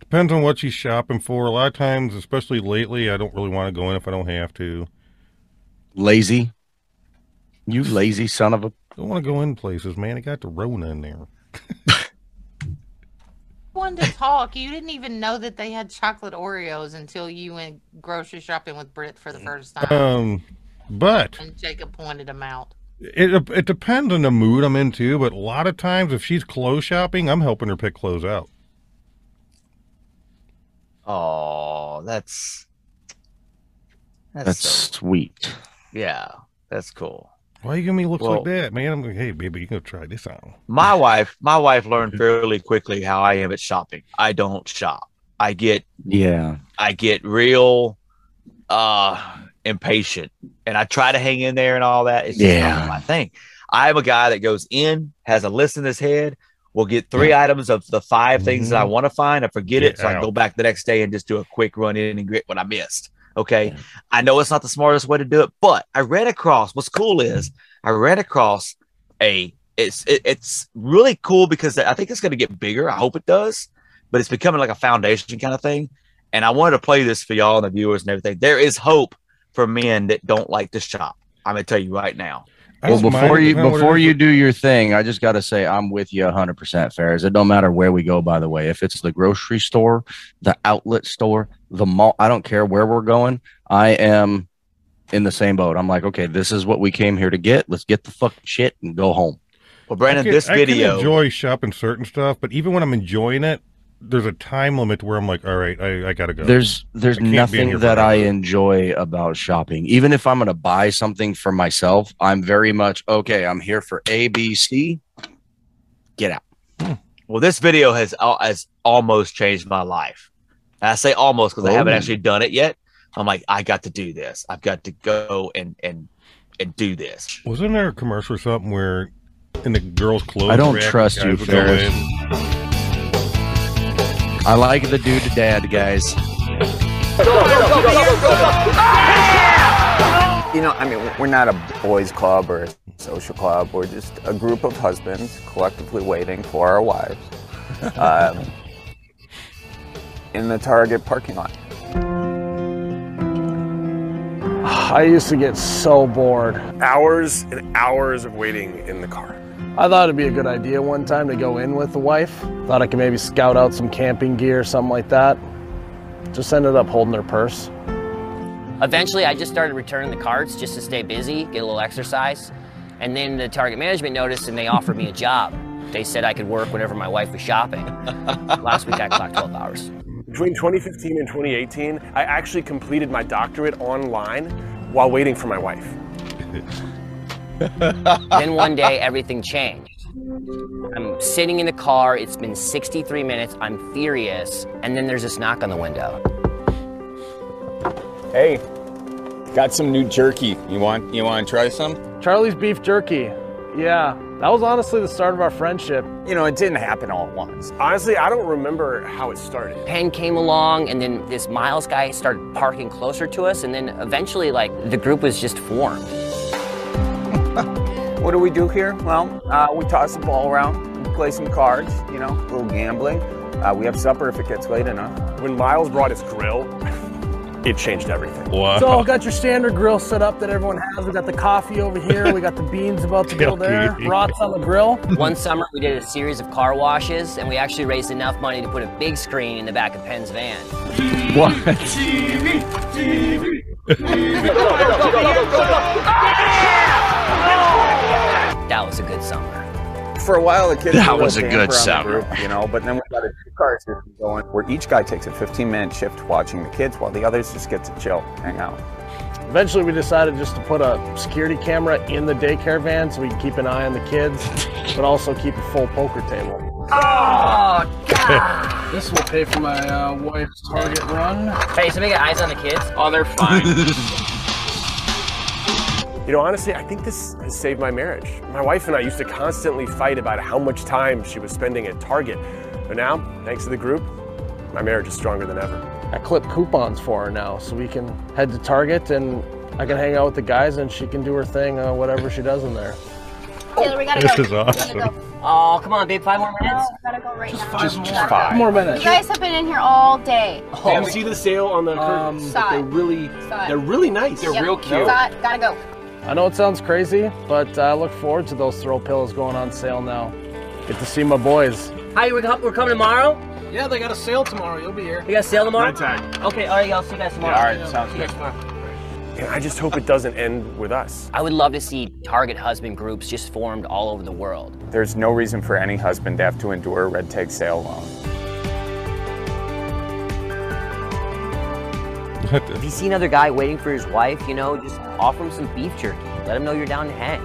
Depends on what she's shopping for. A lot of times, especially lately, I don't really want to go in if I don't have to. Lazy. You lazy son of a. Don't want to go in places, man. I got the Rona in there. One to talk. You didn't even know that they had chocolate Oreos until you went grocery shopping with Britt Mm. for the first time, Um, but and Jacob pointed them out. it it depends on the mood I'm in too. But a lot of times, if she's clothes shopping, I'm helping her pick clothes out. Oh, that's that's, That's so- sweet. yeah, that's cool. Why you giving me looks Well- like that, man? I'm like, hey, baby, you gonna try this on? My wife, my wife learned fairly quickly how I am at shopping. I don't shop. I get Yeah. I get real uh impatient and I try to hang in there and all that. It's just Yeah. not my thing. I'm a guy that goes in, has a list in his head, will get three items of the 5 things Mm-hmm. that I want to find. I Get forget it. So I out. go back the next day and just do a quick run in and get what I missed. Okay. I know it's not the smartest way to do it, but I ran across what's cool is I ran across a it's it, it's really cool because I think it's going to get bigger. I hope it does, but it's becoming like a foundation kind of thing. And I wanted to play this for y'all and the viewers and everything. There is hope for men that don't like to shop. I'm going to tell you right now. I well, don't mind before it, you depending on what it before is, you do your thing, I just got to say I'm with you 100%, Ferris. It don't matter where we go, by the way. If it's the grocery store, the outlet store, the mall, I don't care where we're going. I am in the same boat. I'm like, okay, this is what we came here to get. Let's get the fucking shit and go home. Well, Brandon, I can- this I can video. enjoy shopping certain stuff, but even when I'm enjoying it, there's a time limit to where I'm like, all right, I, I gotta go. There's there's I can't be in nothing here that I forever. enjoy about shopping. Even if I'm going to buy something for myself, I'm very much okay, I'm here for A, B, C. Get out. Well, this video has al- has almost changed my life. And I say almost because I haven't Oh. actually done it yet. I'm like, I got to do this. I've got to go and and and do this. Wasn't there a commercial or something where in the girls' clothes? I don't rack, trust guys you, would go Ferris. in? I like the dude to dad, guys. You know, I mean, we're not a boys' club or a social club. We're just a group of husbands collectively waiting for our wives um, in the Target parking lot. I used to get so bored. hours and hours of waiting in the car. I thought it'd be a good idea one time to go in with the wife. Thought I could maybe scout out some camping gear, something like that. Just ended up holding her purse. Eventually, I just started returning the carts just to stay busy, get a little exercise. And then the target management noticed and they offered me a job. They said I could work whenever my wife was shopping. Last week, I clocked 12 hours. Between 2015 and 2018, I actually completed my doctorate online while waiting for my wife. Then one day, everything changed. I'm sitting in the car, it's been 63 minutes, I'm furious, and then there's this knock on the window. Hey, got some new jerky. You want you want to try some? Charlie's beef jerky. Yeah, that was honestly the start of our friendship. You know, it didn't happen all at once. Honestly, I don't remember how it started. Penn came along, and then this Miles guy started parking closer to us, and then eventually, like, the group was just formed. What do we do here? Well, uh, we toss the ball around, we play some cards, you know, a little gambling. Uh, we have supper if it gets late enough. When Miles brought his grill, it changed everything. So I got your standard grill set up that everyone has. We got the coffee over here. We got the beans about to go there. Tailgate. Brats on the grill. One summer, we did a series of car washes, and we actually raised enough money to put a big screen in the back of Penn's van. What? That was a good summer. For a while, the kids That threw was a damper good on the summer. group, you know, but then we got a two car system going where each guy takes a 15 minute shift watching the kids while the others just get to chill, hang out. Eventually, we decided just to put a security camera in the daycare van so we can keep an eye on the kids, but also keep a full poker table. Oh, God, This will pay for my uh, wife's target run. Hey, somebody got eyes on the kids? Oh, they're fine. you know, honestly, I think this has saved my marriage. My wife and I used to constantly fight about how much time she was spending at Target. But now, thanks to the group, my marriage is stronger than ever. I clip coupons for her now, so we can head to Target and I can hang out with the guys and she can do her thing, uh, whatever she does in there. Taylor, we gotta This go. is We gotta awesome. go. Oh, come on, babe. Five more minutes. gotta go right now. Just, just five more minutes. You guys have been in here all day. Have you seen the sale on the curtains? Saw they're it. really, Saw it. they're really nice. Yep. Saw it. Gotta go. I know it sounds crazy, but I look forward to those throw pillows going on sale now. Get to see my boys. Hi, we're, co- we're coming tomorrow? Yeah, they got a sale tomorrow. You'll be here. We got a sale tomorrow? Nighttime. Okay, all right, y'all. See you guys tomorrow. Yeah, all right, sounds good. Tomorrow. And I just hope it doesn't end with us. I would love to see target husband groups just formed all over the world. There's no reason for any husband to have to endure a red tag sale alone. If you see another guy waiting for his wife, you know, just offer him some beef jerky. Let him know you're down to hang.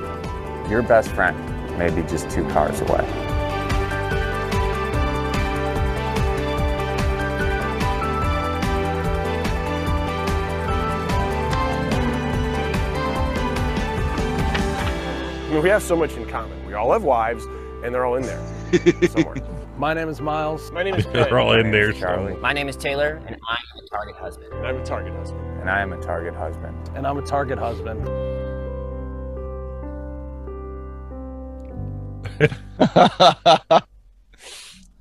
Your best friend may be just two cars away. I mean, we have so much in common. We all have wives, and they're all in there somewhere. My name is Miles. My name They're all in there, Charlie. My name is Taylor, and I'm a target husband. I'm a target husband. And I am a target husband. And I'm a Target husband.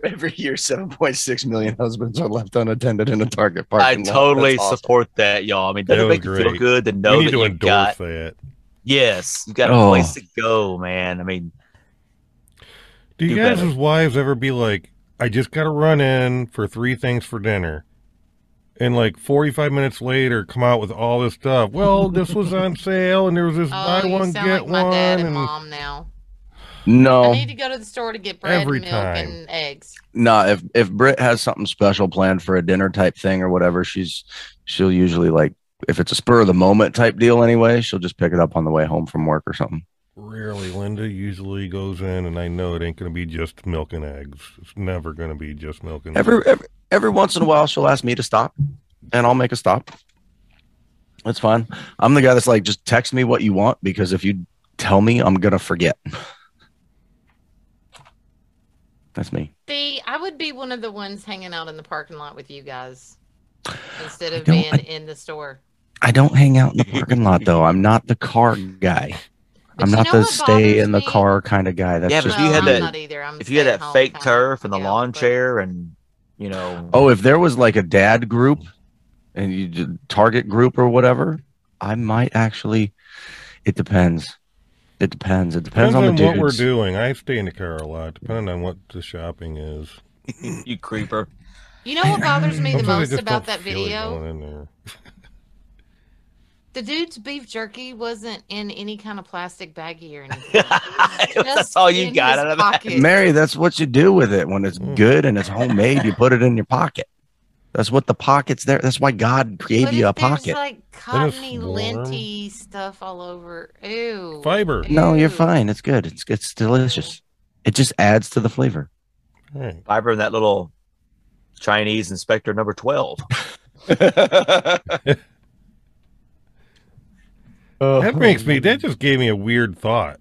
Every year, 7.6 million husbands are left unattended in a Target I parking lot. totally That's awesome. support that, y'all. I mean, doesn't That it was make you feel great. good to We know need that to you endorse got that. Yes, you got a Oh. place to go, man. I mean, Do you Do guys' better. wives ever be like, I just got to run in for three things for dinner? And like 45 minutes later, come out with all this stuff. Well, this was on sale and there was this buy Oh, you one, sound get like one. my dad and, and Oh. mom now. I No, need to go to the store to get bread, Every milk, time. and eggs. no. If if Britt has something special planned for a dinner type thing or whatever, she's she'll usually like if it's a spur of the moment type deal anyway, she'll just pick it up on the way home from work or something. Rarely, Linda usually goes in, and I know it ain't going to be just milk and eggs. It's never going to be just milk and Every eggs. every every once in a while, she'll ask me to stop, and I'll make a stop. That's fine. I'm the guy that's like, just text me what you want because if you tell me, I'm gonna forget. That's me. See, I would be one of the ones hanging out in the parking lot with you guys instead of don't- being in the store. I don't hang out in the parking lot though. I'm not the car guy. I'm you not know the what stay bothers in the me? car kind of guy. That's yeah, but just if you had me. that, if you had that fake turf and the lawn chair and, you know, Oh, if there was like a dad group and you did target group or whatever, I might actually. It depends. It depends. It Depends depends, on, on the what dudes. we're doing. I stay in the car a lot, depending on what the shopping is. you creeper. You know what bothers me the Sometimes I most just about don't that feel like video? going in there. The dude's beef jerky wasn't in any kind of plastic baggie or anything. That's all you got out of that. Mary, that's what you do with it when it's Mm. good and it's homemade. you put it in your pocket. That's what the pocket's there. That's why God created But you a if there's pocket. like cottony, linty stuff all over. Ew. Fiber. No, Mm. you're fine. It's good. It's it's delicious. It just adds to the flavor. Fiber and that little Chinese inspector number 12. Uh, oh, that makes me. That just gave me a weird thought.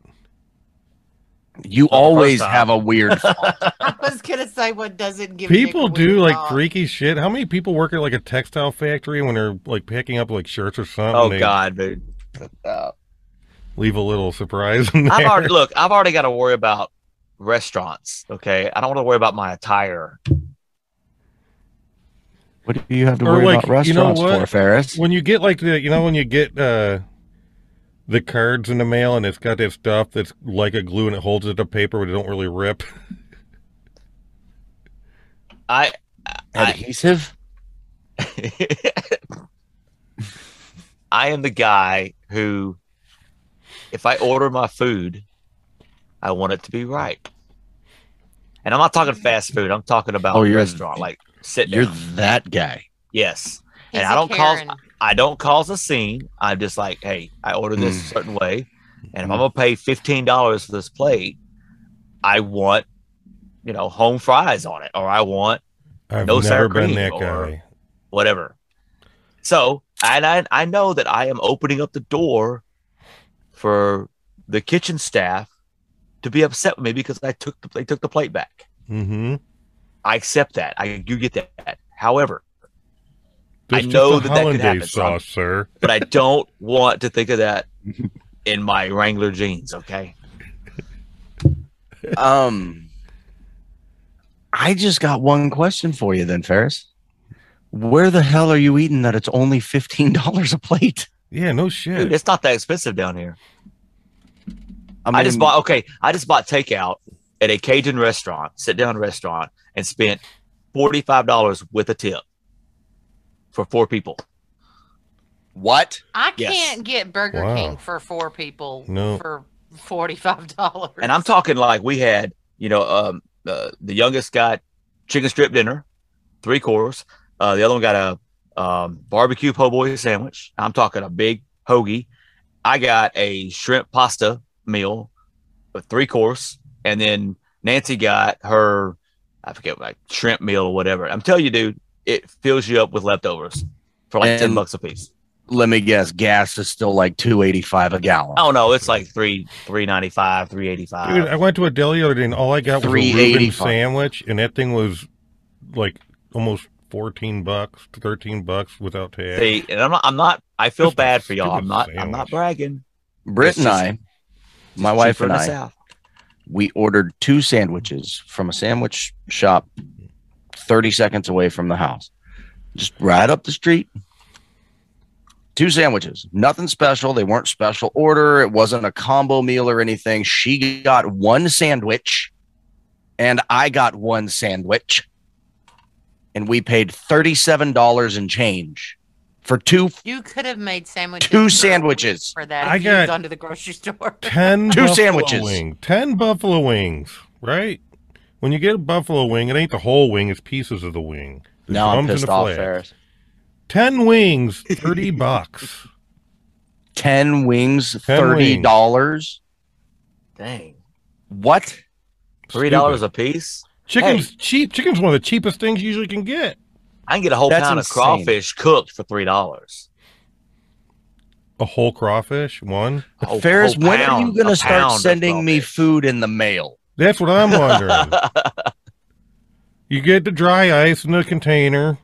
You always have a weird. I was gonna say what doesn't give Nick people a do weird like thought. freaky shit. How many people work at like a textile factory when they're like packing up like shirts or something? Oh, they God, dude. uh, Leave a little surprise in there. I've already look. I've already got to worry about restaurants. Okay, I don't want to worry about my attire. What do you have to Or worry like, about you know restaurants for, what? Ferris? When you get like the, you know, when you get uh, the cards in the mail and it's got that stuff that's like a glue and it holds it to paper, but it don't really rip. I adhesive. I am the guy who, if I order my food, I want it to be right. And I'm not talking fast food. I'm talking about Oh, you're- restaurant, like sit down. You're that guy. Yes. He's and I a don't cause Karen. I don't cause a scene. I'm just like, hey, I ordered this a certain way, and if I'm gonna pay fifteen dollars for this plate, I want you know, home fries on it, or I want I've no sour never been cream that or guy. whatever. So, and I, I know that I am opening up the door for the kitchen staff to be upset with me because I took the, they took the plate back. Mm-hmm. I accept that. I do get that. However, That's I just know the that that hollandaise could happen, so I'm- sauce, sir. but I don't want to think of that in my Wrangler jeans. Okay. Um, I just got one question for you, then, Ferris. Where the hell are you eating that it's only fifteen dollars a plate? Yeah, no shit. Hmm. Dude, it's not that expensive down here. I, I just mean- bought okay. I just bought takeout at a Cajun restaurant, sit down restaurant, and spent forty five dollars with a tip for four people. What? I Yes. can't get Burger Wow. King for four people No. for forty-five dollars. And I'm talking like we had, you know, um, uh, the youngest got chicken strip dinner, three course. Uh, the other one got a um, barbecue po' boy sandwich. I'm talking a big hoagie. I got a shrimp pasta meal, a three course, and then Nancy got her, I forget, like shrimp meal or whatever. I'm telling you, dude, it fills you up with leftovers for like ten And- bucks a piece. Let me guess. Gas is still like two eighty five a gallon. I don't know, it's like three, three ninety five, three eighty Dude, five. I went to a deli the other day and all I got was a Reuben 385. sandwich, and that thing was like almost fourteen bucks to thirteen bucks without tax. See, and I'm not, I'm not. I feel bad for y'all. I'm stupid not. I'm not bragging. Britt and It's just- I, my just wife cheaper and in the I, South. we ordered two sandwiches from a sandwich shop 30 seconds away from the house. Just right up the street. Two sandwiches. Nothing special. They weren't special order. It wasn't a combo meal or anything. She got one sandwich and I got one sandwich. And we paid $37 and change for two You could have made sandwiches. two for- sandwiches. for that. If I I got got gone to the grocery store. ten Two buffalo sandwiches. wing- ten buffalo wings, right? When you get a buffalo wing, it ain't the whole wing; it's pieces of the wing. The Now I'm drums and pissed the off, flags. Ferris. Ten wings, thirty bucks. 10 wings, 10 $30. wings. Dang. What? Three dollars a piece. Chicken's Hey, cheap. Chicken's one of the cheapest things you usually can get. I can get a whole That's pound of insane. crawfish cooked for three dollars. A whole crawfish, one. But Oh, Ferris, when are you going to start sending? sending me food in the mail? That's what I'm wondering. you get the dry ice in the container.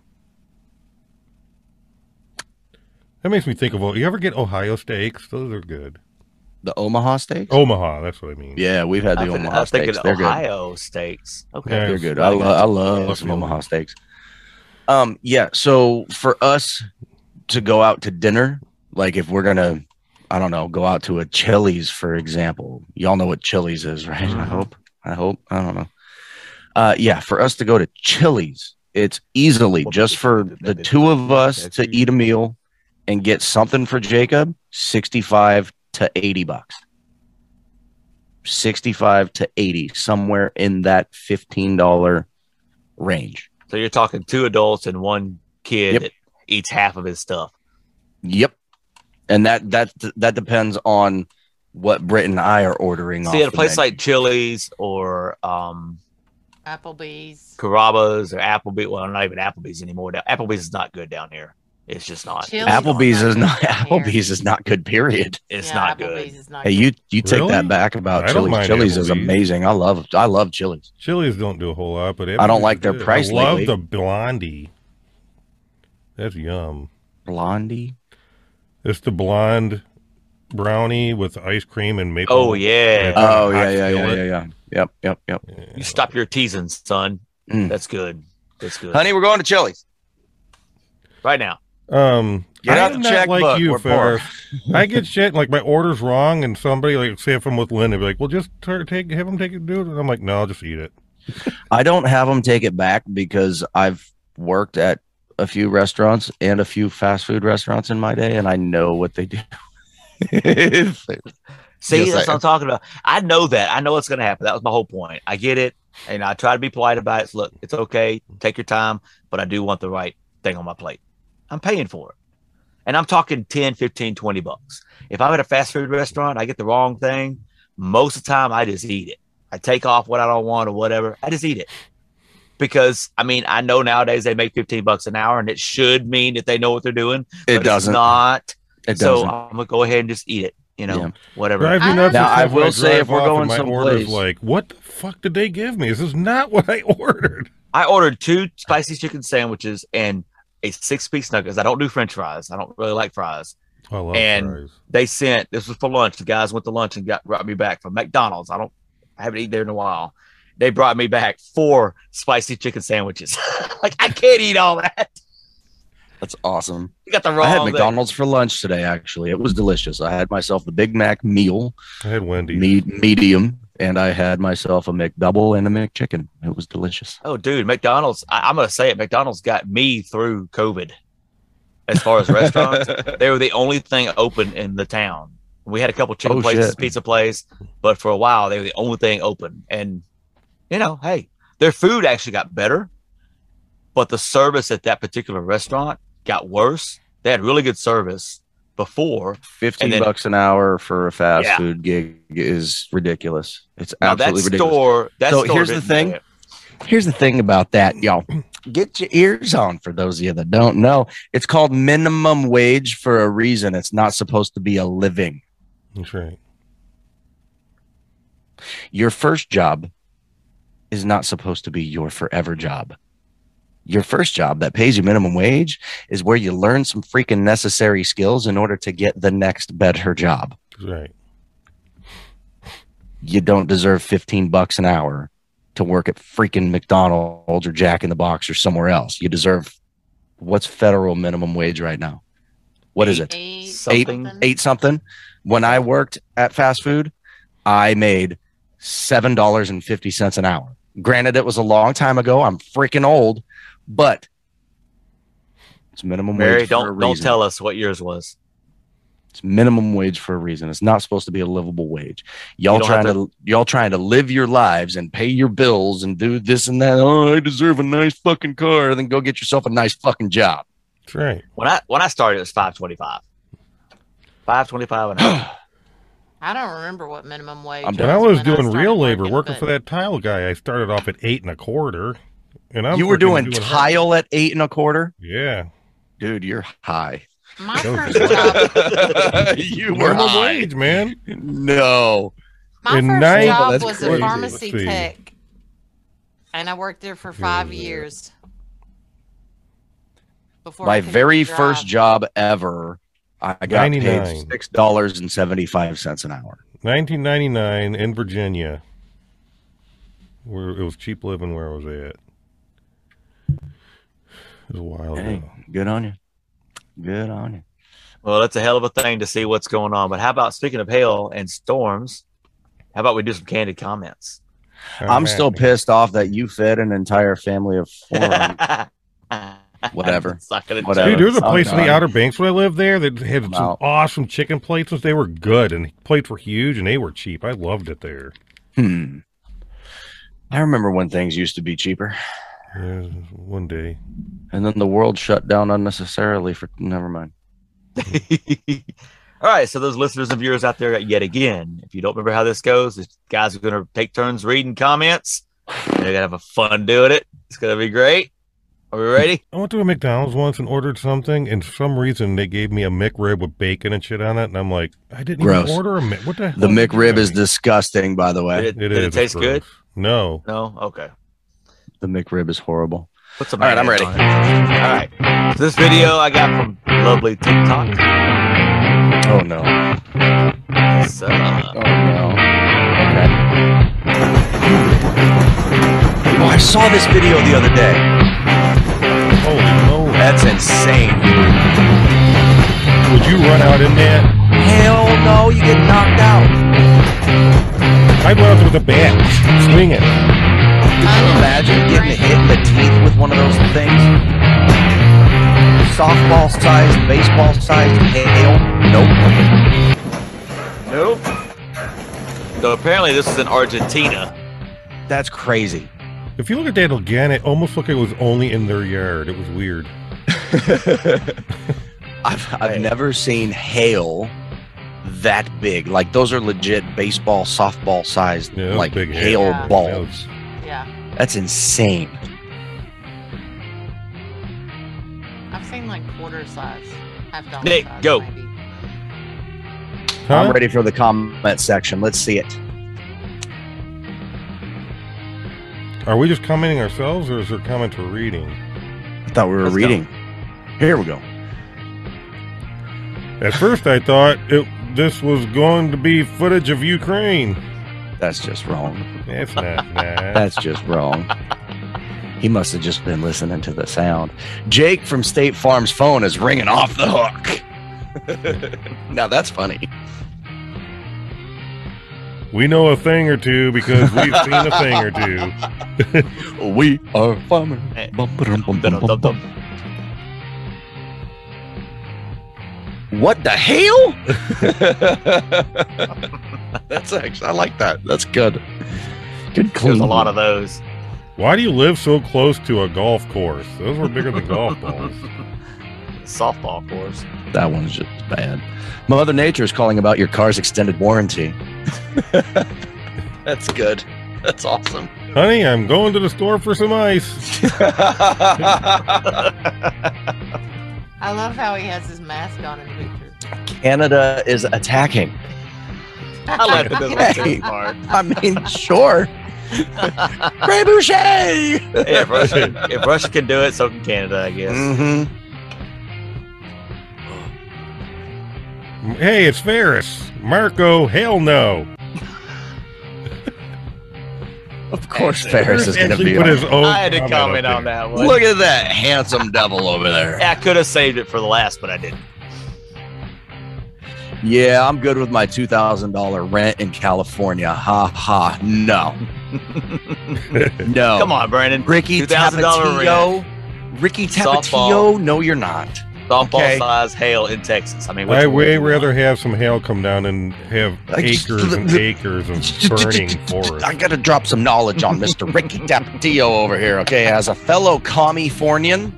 That makes me think of you ever get Ohio steaks? Those are good. The Omaha steaks? Omaha, that's what I mean. Yeah, we've had the I'm thinking- Omaha I'm thinking steaks. They're good. Ohio steaks. Okay. Yeah, They're it's good. like I, a- lo- I love some Omaha steaks. Um, yeah. So for us to go out to dinner, like if we're gonna, I don't know, go out to a Chili's, for example. Y'all know what Chili's is, right? Mm-hmm. I hope. I hope. I don't know. Uh, yeah. For us to go to Chili's, it's easily just for the two of us to eat a meal and get something for Jacob, sixty-five to eighty bucks. 65 to 80 somewhere in that $15 range So you're talking two adults and one kid Yep. that eats half of his stuff. yep and that that that depends on what Britt and I are ordering See, off at a the place menu. like Chili's or um, Applebee's, Carrabba's or Applebee's. Well, not even Applebee's anymore. Now, Applebee's is not good down here. It's just not. Chili's Applebee's is not Applebee's is not good period It's not good. hey you you take that back about I don't Chili's mind Chili's is Applebee's. amazing I love I love Chili's Chili's don't do a whole lot, but I don't Applebee's like their did. price I love lately. the blondie. That's yum. Blondie. It's the blonde brownie with ice cream and maple. Oh, yeah. and hot oh yeah yeah yeah skillet. yeah yeah yep yep yep You stop your teasing, son. Mm. That's good. That's good. honey we're going to Chili's right now. Um, Get out I'm the not like checkbook, you, we're Ferris. poor. I get shit like my order's wrong, and somebody like say if I'm with Linda, be like, "Well, just tur take have them take it, do it," and I'm like, "No, I'll just eat it." I don't have them take it back because I've worked at a few restaurants and a few fast food restaurants in my day, and I know what they do. See, Yes, that's I- what I'm talking about. I know that. I know what's going to happen. That was my whole point. I get it, and I try to be polite about it. So look, it's okay. Take your time, but I do want the right thing on my plate. I'm paying for it, and I'm talking 10, 15, 20 bucks. If I'm at a fast food restaurant, I get the wrong thing. Most of the time, I just eat it. I take off what I don't want or whatever. I just eat it because I mean I know nowadays they make fifteen bucks an hour, and it should mean that they know what they're doing. but it's doesn't. not. It so doesn't. I'm gonna go ahead and just eat it. You know, Yeah. whatever. Drive me nuts Now, I sometimes when will say drive if we're off and going my someplace- order's like, what the fuck did they give me? This is not what I ordered. I ordered two spicy chicken sandwiches and a six piece nuggets. I don't do French fries. I don't really like fries. I love and fries. they sent this was for lunch. The guys went to lunch and got brought me back from McDonald's. I don't I haven't eaten there in a while. They brought me back four spicy chicken sandwiches. like I can't eat all that. That's awesome. You got the I had wrong thing. McDonald's for lunch today. Actually, it was delicious. I had myself the Big Mac meal. I had Wendy's medium, and I had myself a McDouble and a McChicken. It was delicious. Oh, dude, McDonald's. I, I'm gonna say it. McDonald's got me through COVID. As far as restaurants, they were the only thing open in the town. We had a couple chicken Oh, places, shit. pizza place, but for a while they were the only thing open. And you know, hey, their food actually got better, but the service at that particular restaurant got worse. They had really good service before, Fifteen and then- bucks an hour for a fast Yeah. food gig is ridiculous. It's Now, that absolutely ridiculous. store- that so store here's the didn't thing. do it. Here's the thing about that, y'all. Get your ears on for those of you that don't know. It's called minimum wage for a reason. It's not supposed to be a living. That's right. Your first job is not supposed to be your forever job. Your first job that pays you minimum wage is where you learn some freaking necessary skills in order to get the next better job. That's right. you don't deserve 15 bucks an hour to work at freaking McDonald's or Jack in the Box or somewhere else. You deserve what's federal minimum wage right now? What is it? Eight Eight, eight something. When I worked at fast food, I made $7.50 an hour. Granted, it was a long time ago. I'm freaking old, but it's minimum wage. Mary, for a don't don't reason. tell us what yours was. It's minimum wage for a reason. It's not supposed to be a livable wage. Y'all You don't trying have to, y'all trying to live your lives and pay your bills and do this and that. Oh, I deserve a nice fucking car. Then go get yourself a nice fucking job. That's right. When I when I started, it was five twenty five. Five twenty five an hour. I don't remember what minimum wage. when I was doing started real labor, working but- for that tile guy, I started off at eight and a quarter, and I'm you were freaking doing, hard- tile at eight and a quarter, Yeah, dude. You're high. My That was first job. just- you were minimum high. wage, man. No, My In first nine- job That's was crazy. a pharmacy Let's see. tech, and I worked there for five years. Before I my could very drive. first job ever. I got 99. paid six dollars and seventy five cents an hour. 1999 in Virginia, where it was cheap living where I was at. It was wild. Hey, good on you. Good on you. Well, that's a hell of a thing to see what's going on. But how about speaking of hail and storms? How about we do some candid comments? I'm still pissed off that you fed an entire family of four. Whatever. It's not gonna Whatever. Dude, there was a I'm place in the done. Outer Banks when I lived there that had some out. awesome chicken places. They were good, and plates were huge, and they were cheap. I loved it there. Hmm. I remember when things used to be cheaper, Yeah, one day. and then the world shut down unnecessarily for. Never mind. All right, so those listeners and viewers out there, yet again, if you don't remember how this goes, the guys are going to take turns reading comments. They're going to have a fun doing it. It's going to be great. Are we ready? I went to a McDonald's once and ordered something, and for some reason they gave me a McRib with bacon and shit on it, and I'm like, I didn't Gross. even order a Mc. What the hell? The did you McRib give is me? disgusting, by the way. Did it- did it is taste good? gross. No. No? Okay. The McRib is horrible. Put some All right, I'm mayonnaise ready. on it. All right. So this video I got from lovely TikTok. Oh no. So, Oh no. Okay. Oh, I saw this video the other day. Holy moly. That's insane. Would you run out in that? Hell no, you get knocked out. I'd run out there with a bat, swing it. Can you imagine getting hit in the teeth with one of those things? Softball sized, baseball sized hail. Nope. nope. So apparently this is in Argentina. That's crazy. If you look at that again, it almost looked like it was only in their yard. It was weird. I've, I've never seen hail that big. Like those are legit baseball, softball sized, those like big hail Yeah. Yeah. balls. Yeah. That's insane. I've seen like quarter size. I've done Nick, size, go. Maybe. I'm ready for the comment section. Let's see it. Are we just commenting ourselves, or is there comments we're reading? I thought we were reading. Here we go. At first, I thought it, this was going to be footage of Ukraine. That's just wrong. It's not. Nah. That's just wrong. He must have just been listening to the sound. Jake from State Farm's phone is ringing off the hook. now that's funny. We know a thing or two because we've seen a thing or two. we are farmers. What the hell? That's actually, I like that. That's good. Good There's a lot of those. Why do you live so close to a golf course? Those were bigger than golf balls. Softball course. That one's just bad. Mother Nature is calling about your car's extended warranty. That's good. That's awesome. Honey, I'm going to the store for some ice. I love how he has his mask on in the picture. Canada is attacking. I like the Hey, I mean, sure. Ray Boucher! if, Russia, if Russia can do it, so can Canada, I guess. Mm-hmm. Hey, it's Ferris. Marco, hell no. Of course, Ferris is going to Actually be put on. his own I had to comment up on there. that one. Look at that handsome devil over there. Yeah, I could have saved it for the last, but I didn't. Yeah, I'm good with my two thousand dollar rent in California. Ha ha. No, no. Oh. Come on, Brandon. Ricky $2,000 Tapatio. Ricky Tapatio. Softball. No, you're not. Softball Okay. size hail in Texas. I mean, which I one way would you rather have some hail come down and have I just- acres and acres of burning forest. I gotta drop some knowledge on Mr. Ricky Tapatio over here. Okay, as a fellow Californian,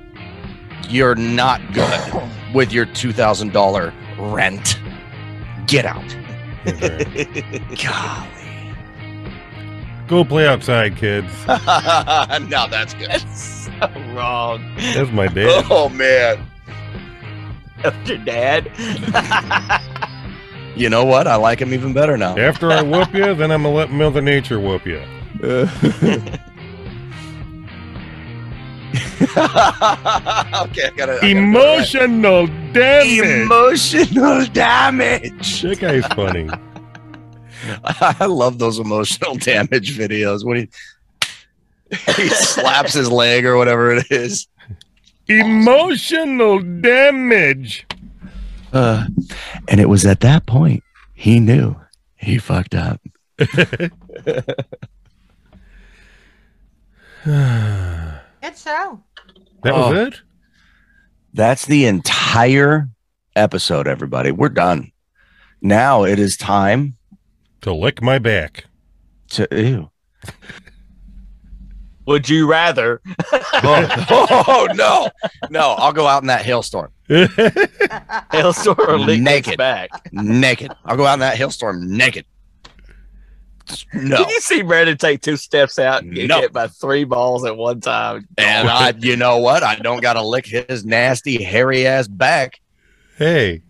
you're not good with your two thousand dollar rent. Get out. God. Go play outside, kids. no, that's good. so wrong. That's my dad. Oh man. After dad. You know what? I like him even better now. After I whoop you, then I'm gonna let Mother Nature whoop you. okay, I gotta. I gotta go to that. Emotional damage. Emotional damage. That guy's funny. I love those emotional damage videos. When he, he slaps his leg or whatever it is. Emotional damage. Uh, and it was at that point he knew he fucked up. Good show. That was it? That's the entire episode, everybody. We're done. Now it is time to lick my back. To ew. Would you rather? oh, oh, no. No, I'll go out in that hailstorm. hailstorm or lick naked. back. Naked. I'll go out in that hailstorm naked. No. Did you see Brandon take two steps out and get No. hit by three balls at one time? And I, you know what? I don't got to lick his nasty, hairy ass back. Hey.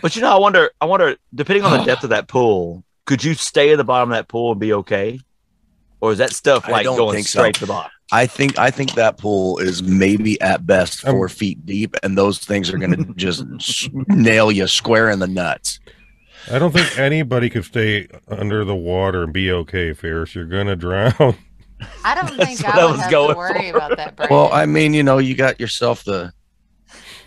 But you know, I wonder. I wonder. Depending on the depth of that pool, could you stay at the bottom of that pool and be okay, or is that stuff I like don't going think so. straight to the bottom? I think I think that pool is maybe at best four feet deep, and those things are going to just s- nail you square in the nuts. I don't think anybody could stay under the water and be okay, Ferris. You're gonna drown. I don't think what I I would was have going to worry about that. Brandon. Well, I mean, you know, you got yourself the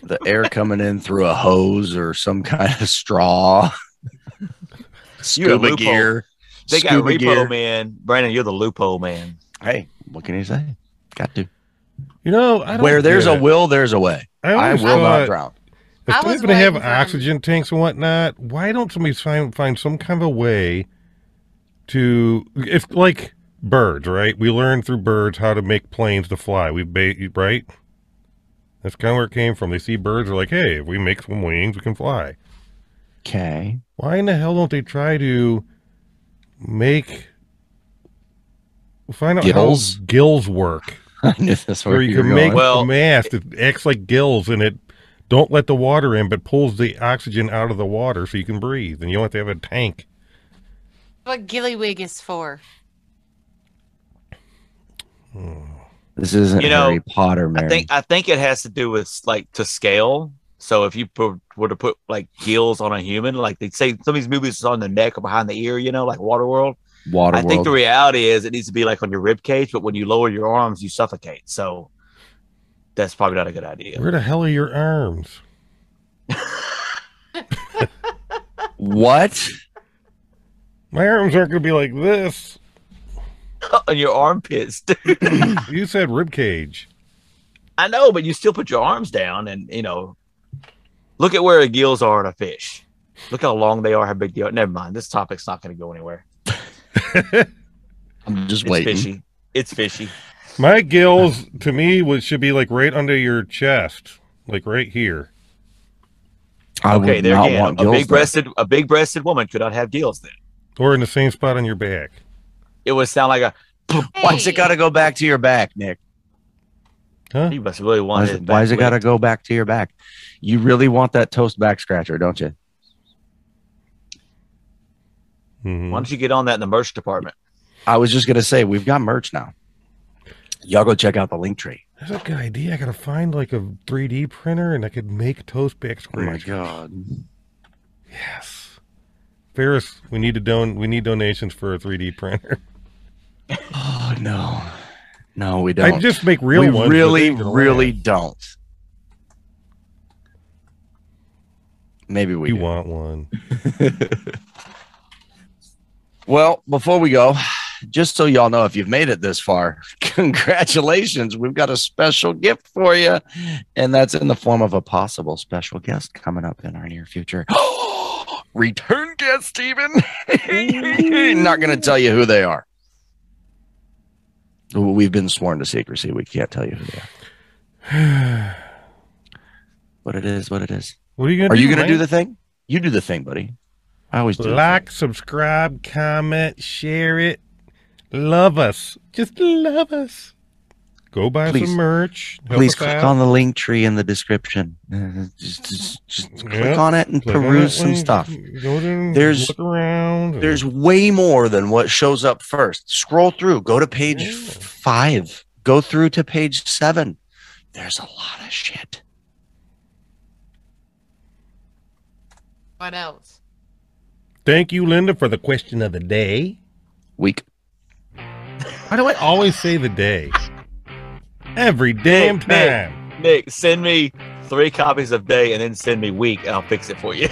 the air coming in through a hose or some kind of straw, You're a scuba loophole. gear. They got scuba repo gear. man, Brandon. You're the loophole man. Hey, what can you say? Got to. You know, I don't Where there's get a it. will, there's a way. I I always will not thought- drown. If I they're was going to have waiting for him. oxygen tanks and whatnot, why don't somebody find find some kind of a way to if like birds, right? We learn through birds how to make planes to fly. We ba- right? That's kind of where it came from. They see birds are like, hey, if we make some wings, we can fly. Okay. Why in the hell don't they try to make find out Gills? how gills work? I knew that's where Where you you can were make a going. mask that acts like gills and it don't let the water in, but pulls the oxygen out of the water so you can breathe, and you don't have to have a tank. What Gillywig is for? Hmm. This isn't You know, Harry Potter, Mary. I think I think it has to do with like to scale. So if you put, were to put like gills on a human, like they say some of these movies is on the neck or behind the ear, you know, like Waterworld. I think the Waterworld. reality is it needs to be like on your rib cage, but when you lower your arms, you suffocate. So that's probably not a good idea. Where the hell are your arms? what? My arms aren't going to be like this. on your armpits, dude. you said rib cage. I know, but you still put your arms down, and you know, look at where the gills are on a fish. Look how long they are, how big they are. Never mind, this topic's not going to go anywhere. I'm just it's waiting. Fishy. It's fishy. My gills to me would should be like right under your chest, like right here. I okay, would there not again, want a gills. big breasted a big breasted woman could not have gills then. Or in the same spot on your back. It would sound like a Why's it got to go back to your back, Nick? Huh? You must really Why's want it, why's it got to go back to your back? You really want that toast back scratcher, don't you? Hmm. Why don't you get on that in the merch department? I was just gonna say we've got merch now. Y'all go check out the link tree. That's a good idea. I gotta find like a 3D printer and I could make toast back Oh my scratch. god. Yes. Ferris, we need to don we need donations for a 3D printer. Oh no. No, we I don't. just make real we ones, but Really, they ain't gonna really don't. Maybe we You do. want one. Well, before we go, just so y'all know, if you've made it this far, congratulations. We've got a special gift for you. And that's in the form of a possible special guest coming up in our near future. Return guest, Steven. Not going to tell you who they are. We've been sworn to secrecy. We can't tell you who they are. But it is what it is. What are you gonna Are do, you gonna man? do the thing? You do the thing, buddy. I always do. the Like, subscribe, comment, share it. Love us. Just love us. Go buy Please. some merch. Help Please us click out. on the link tree in the description. Uh, Just, just, just click Yep. on it and Click on peruse that some link. stuff. Go there, There's- look around. and- There's way more than what shows up first. Scroll through. Go to page f- five. Go through to page seven. There's a lot of shit. What else? Thank you, Linda, for the question of the day. Week. Why do I always say the day? Every damn Nick, time. Nick, send me three copies of day and then send me week and I'll fix it for you.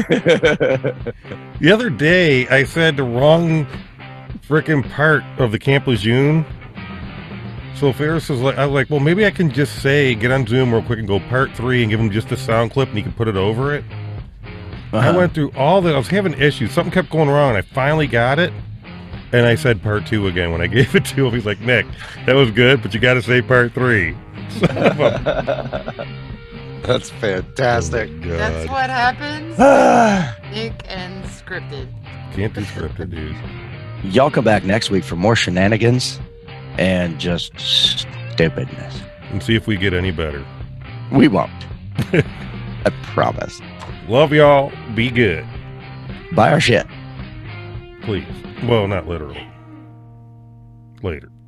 The other day, I said the wrong freaking part of the Camp Lejeune. So Ferris was like, I was like, well, maybe I can just say, get on Zoom real quick and go part three and give him just a sound clip and he can put it over it. I Uh-huh. went through all that. I was having issues. Something kept going wrong. And I finally got it. And I said part two again when I gave it to him. He's like, Nick, that was good, but you got to say part three. Son of a- That's fantastic. That's Oh God. what happens. Ah. Nick and scripted. Can't be scripted, dude. Y'all come back next week for more shenanigans and just stupidness. And see if we get any better. We won't. I promise. Love y'all. Be good. Buy our shit. Please. Well, not literally. Later.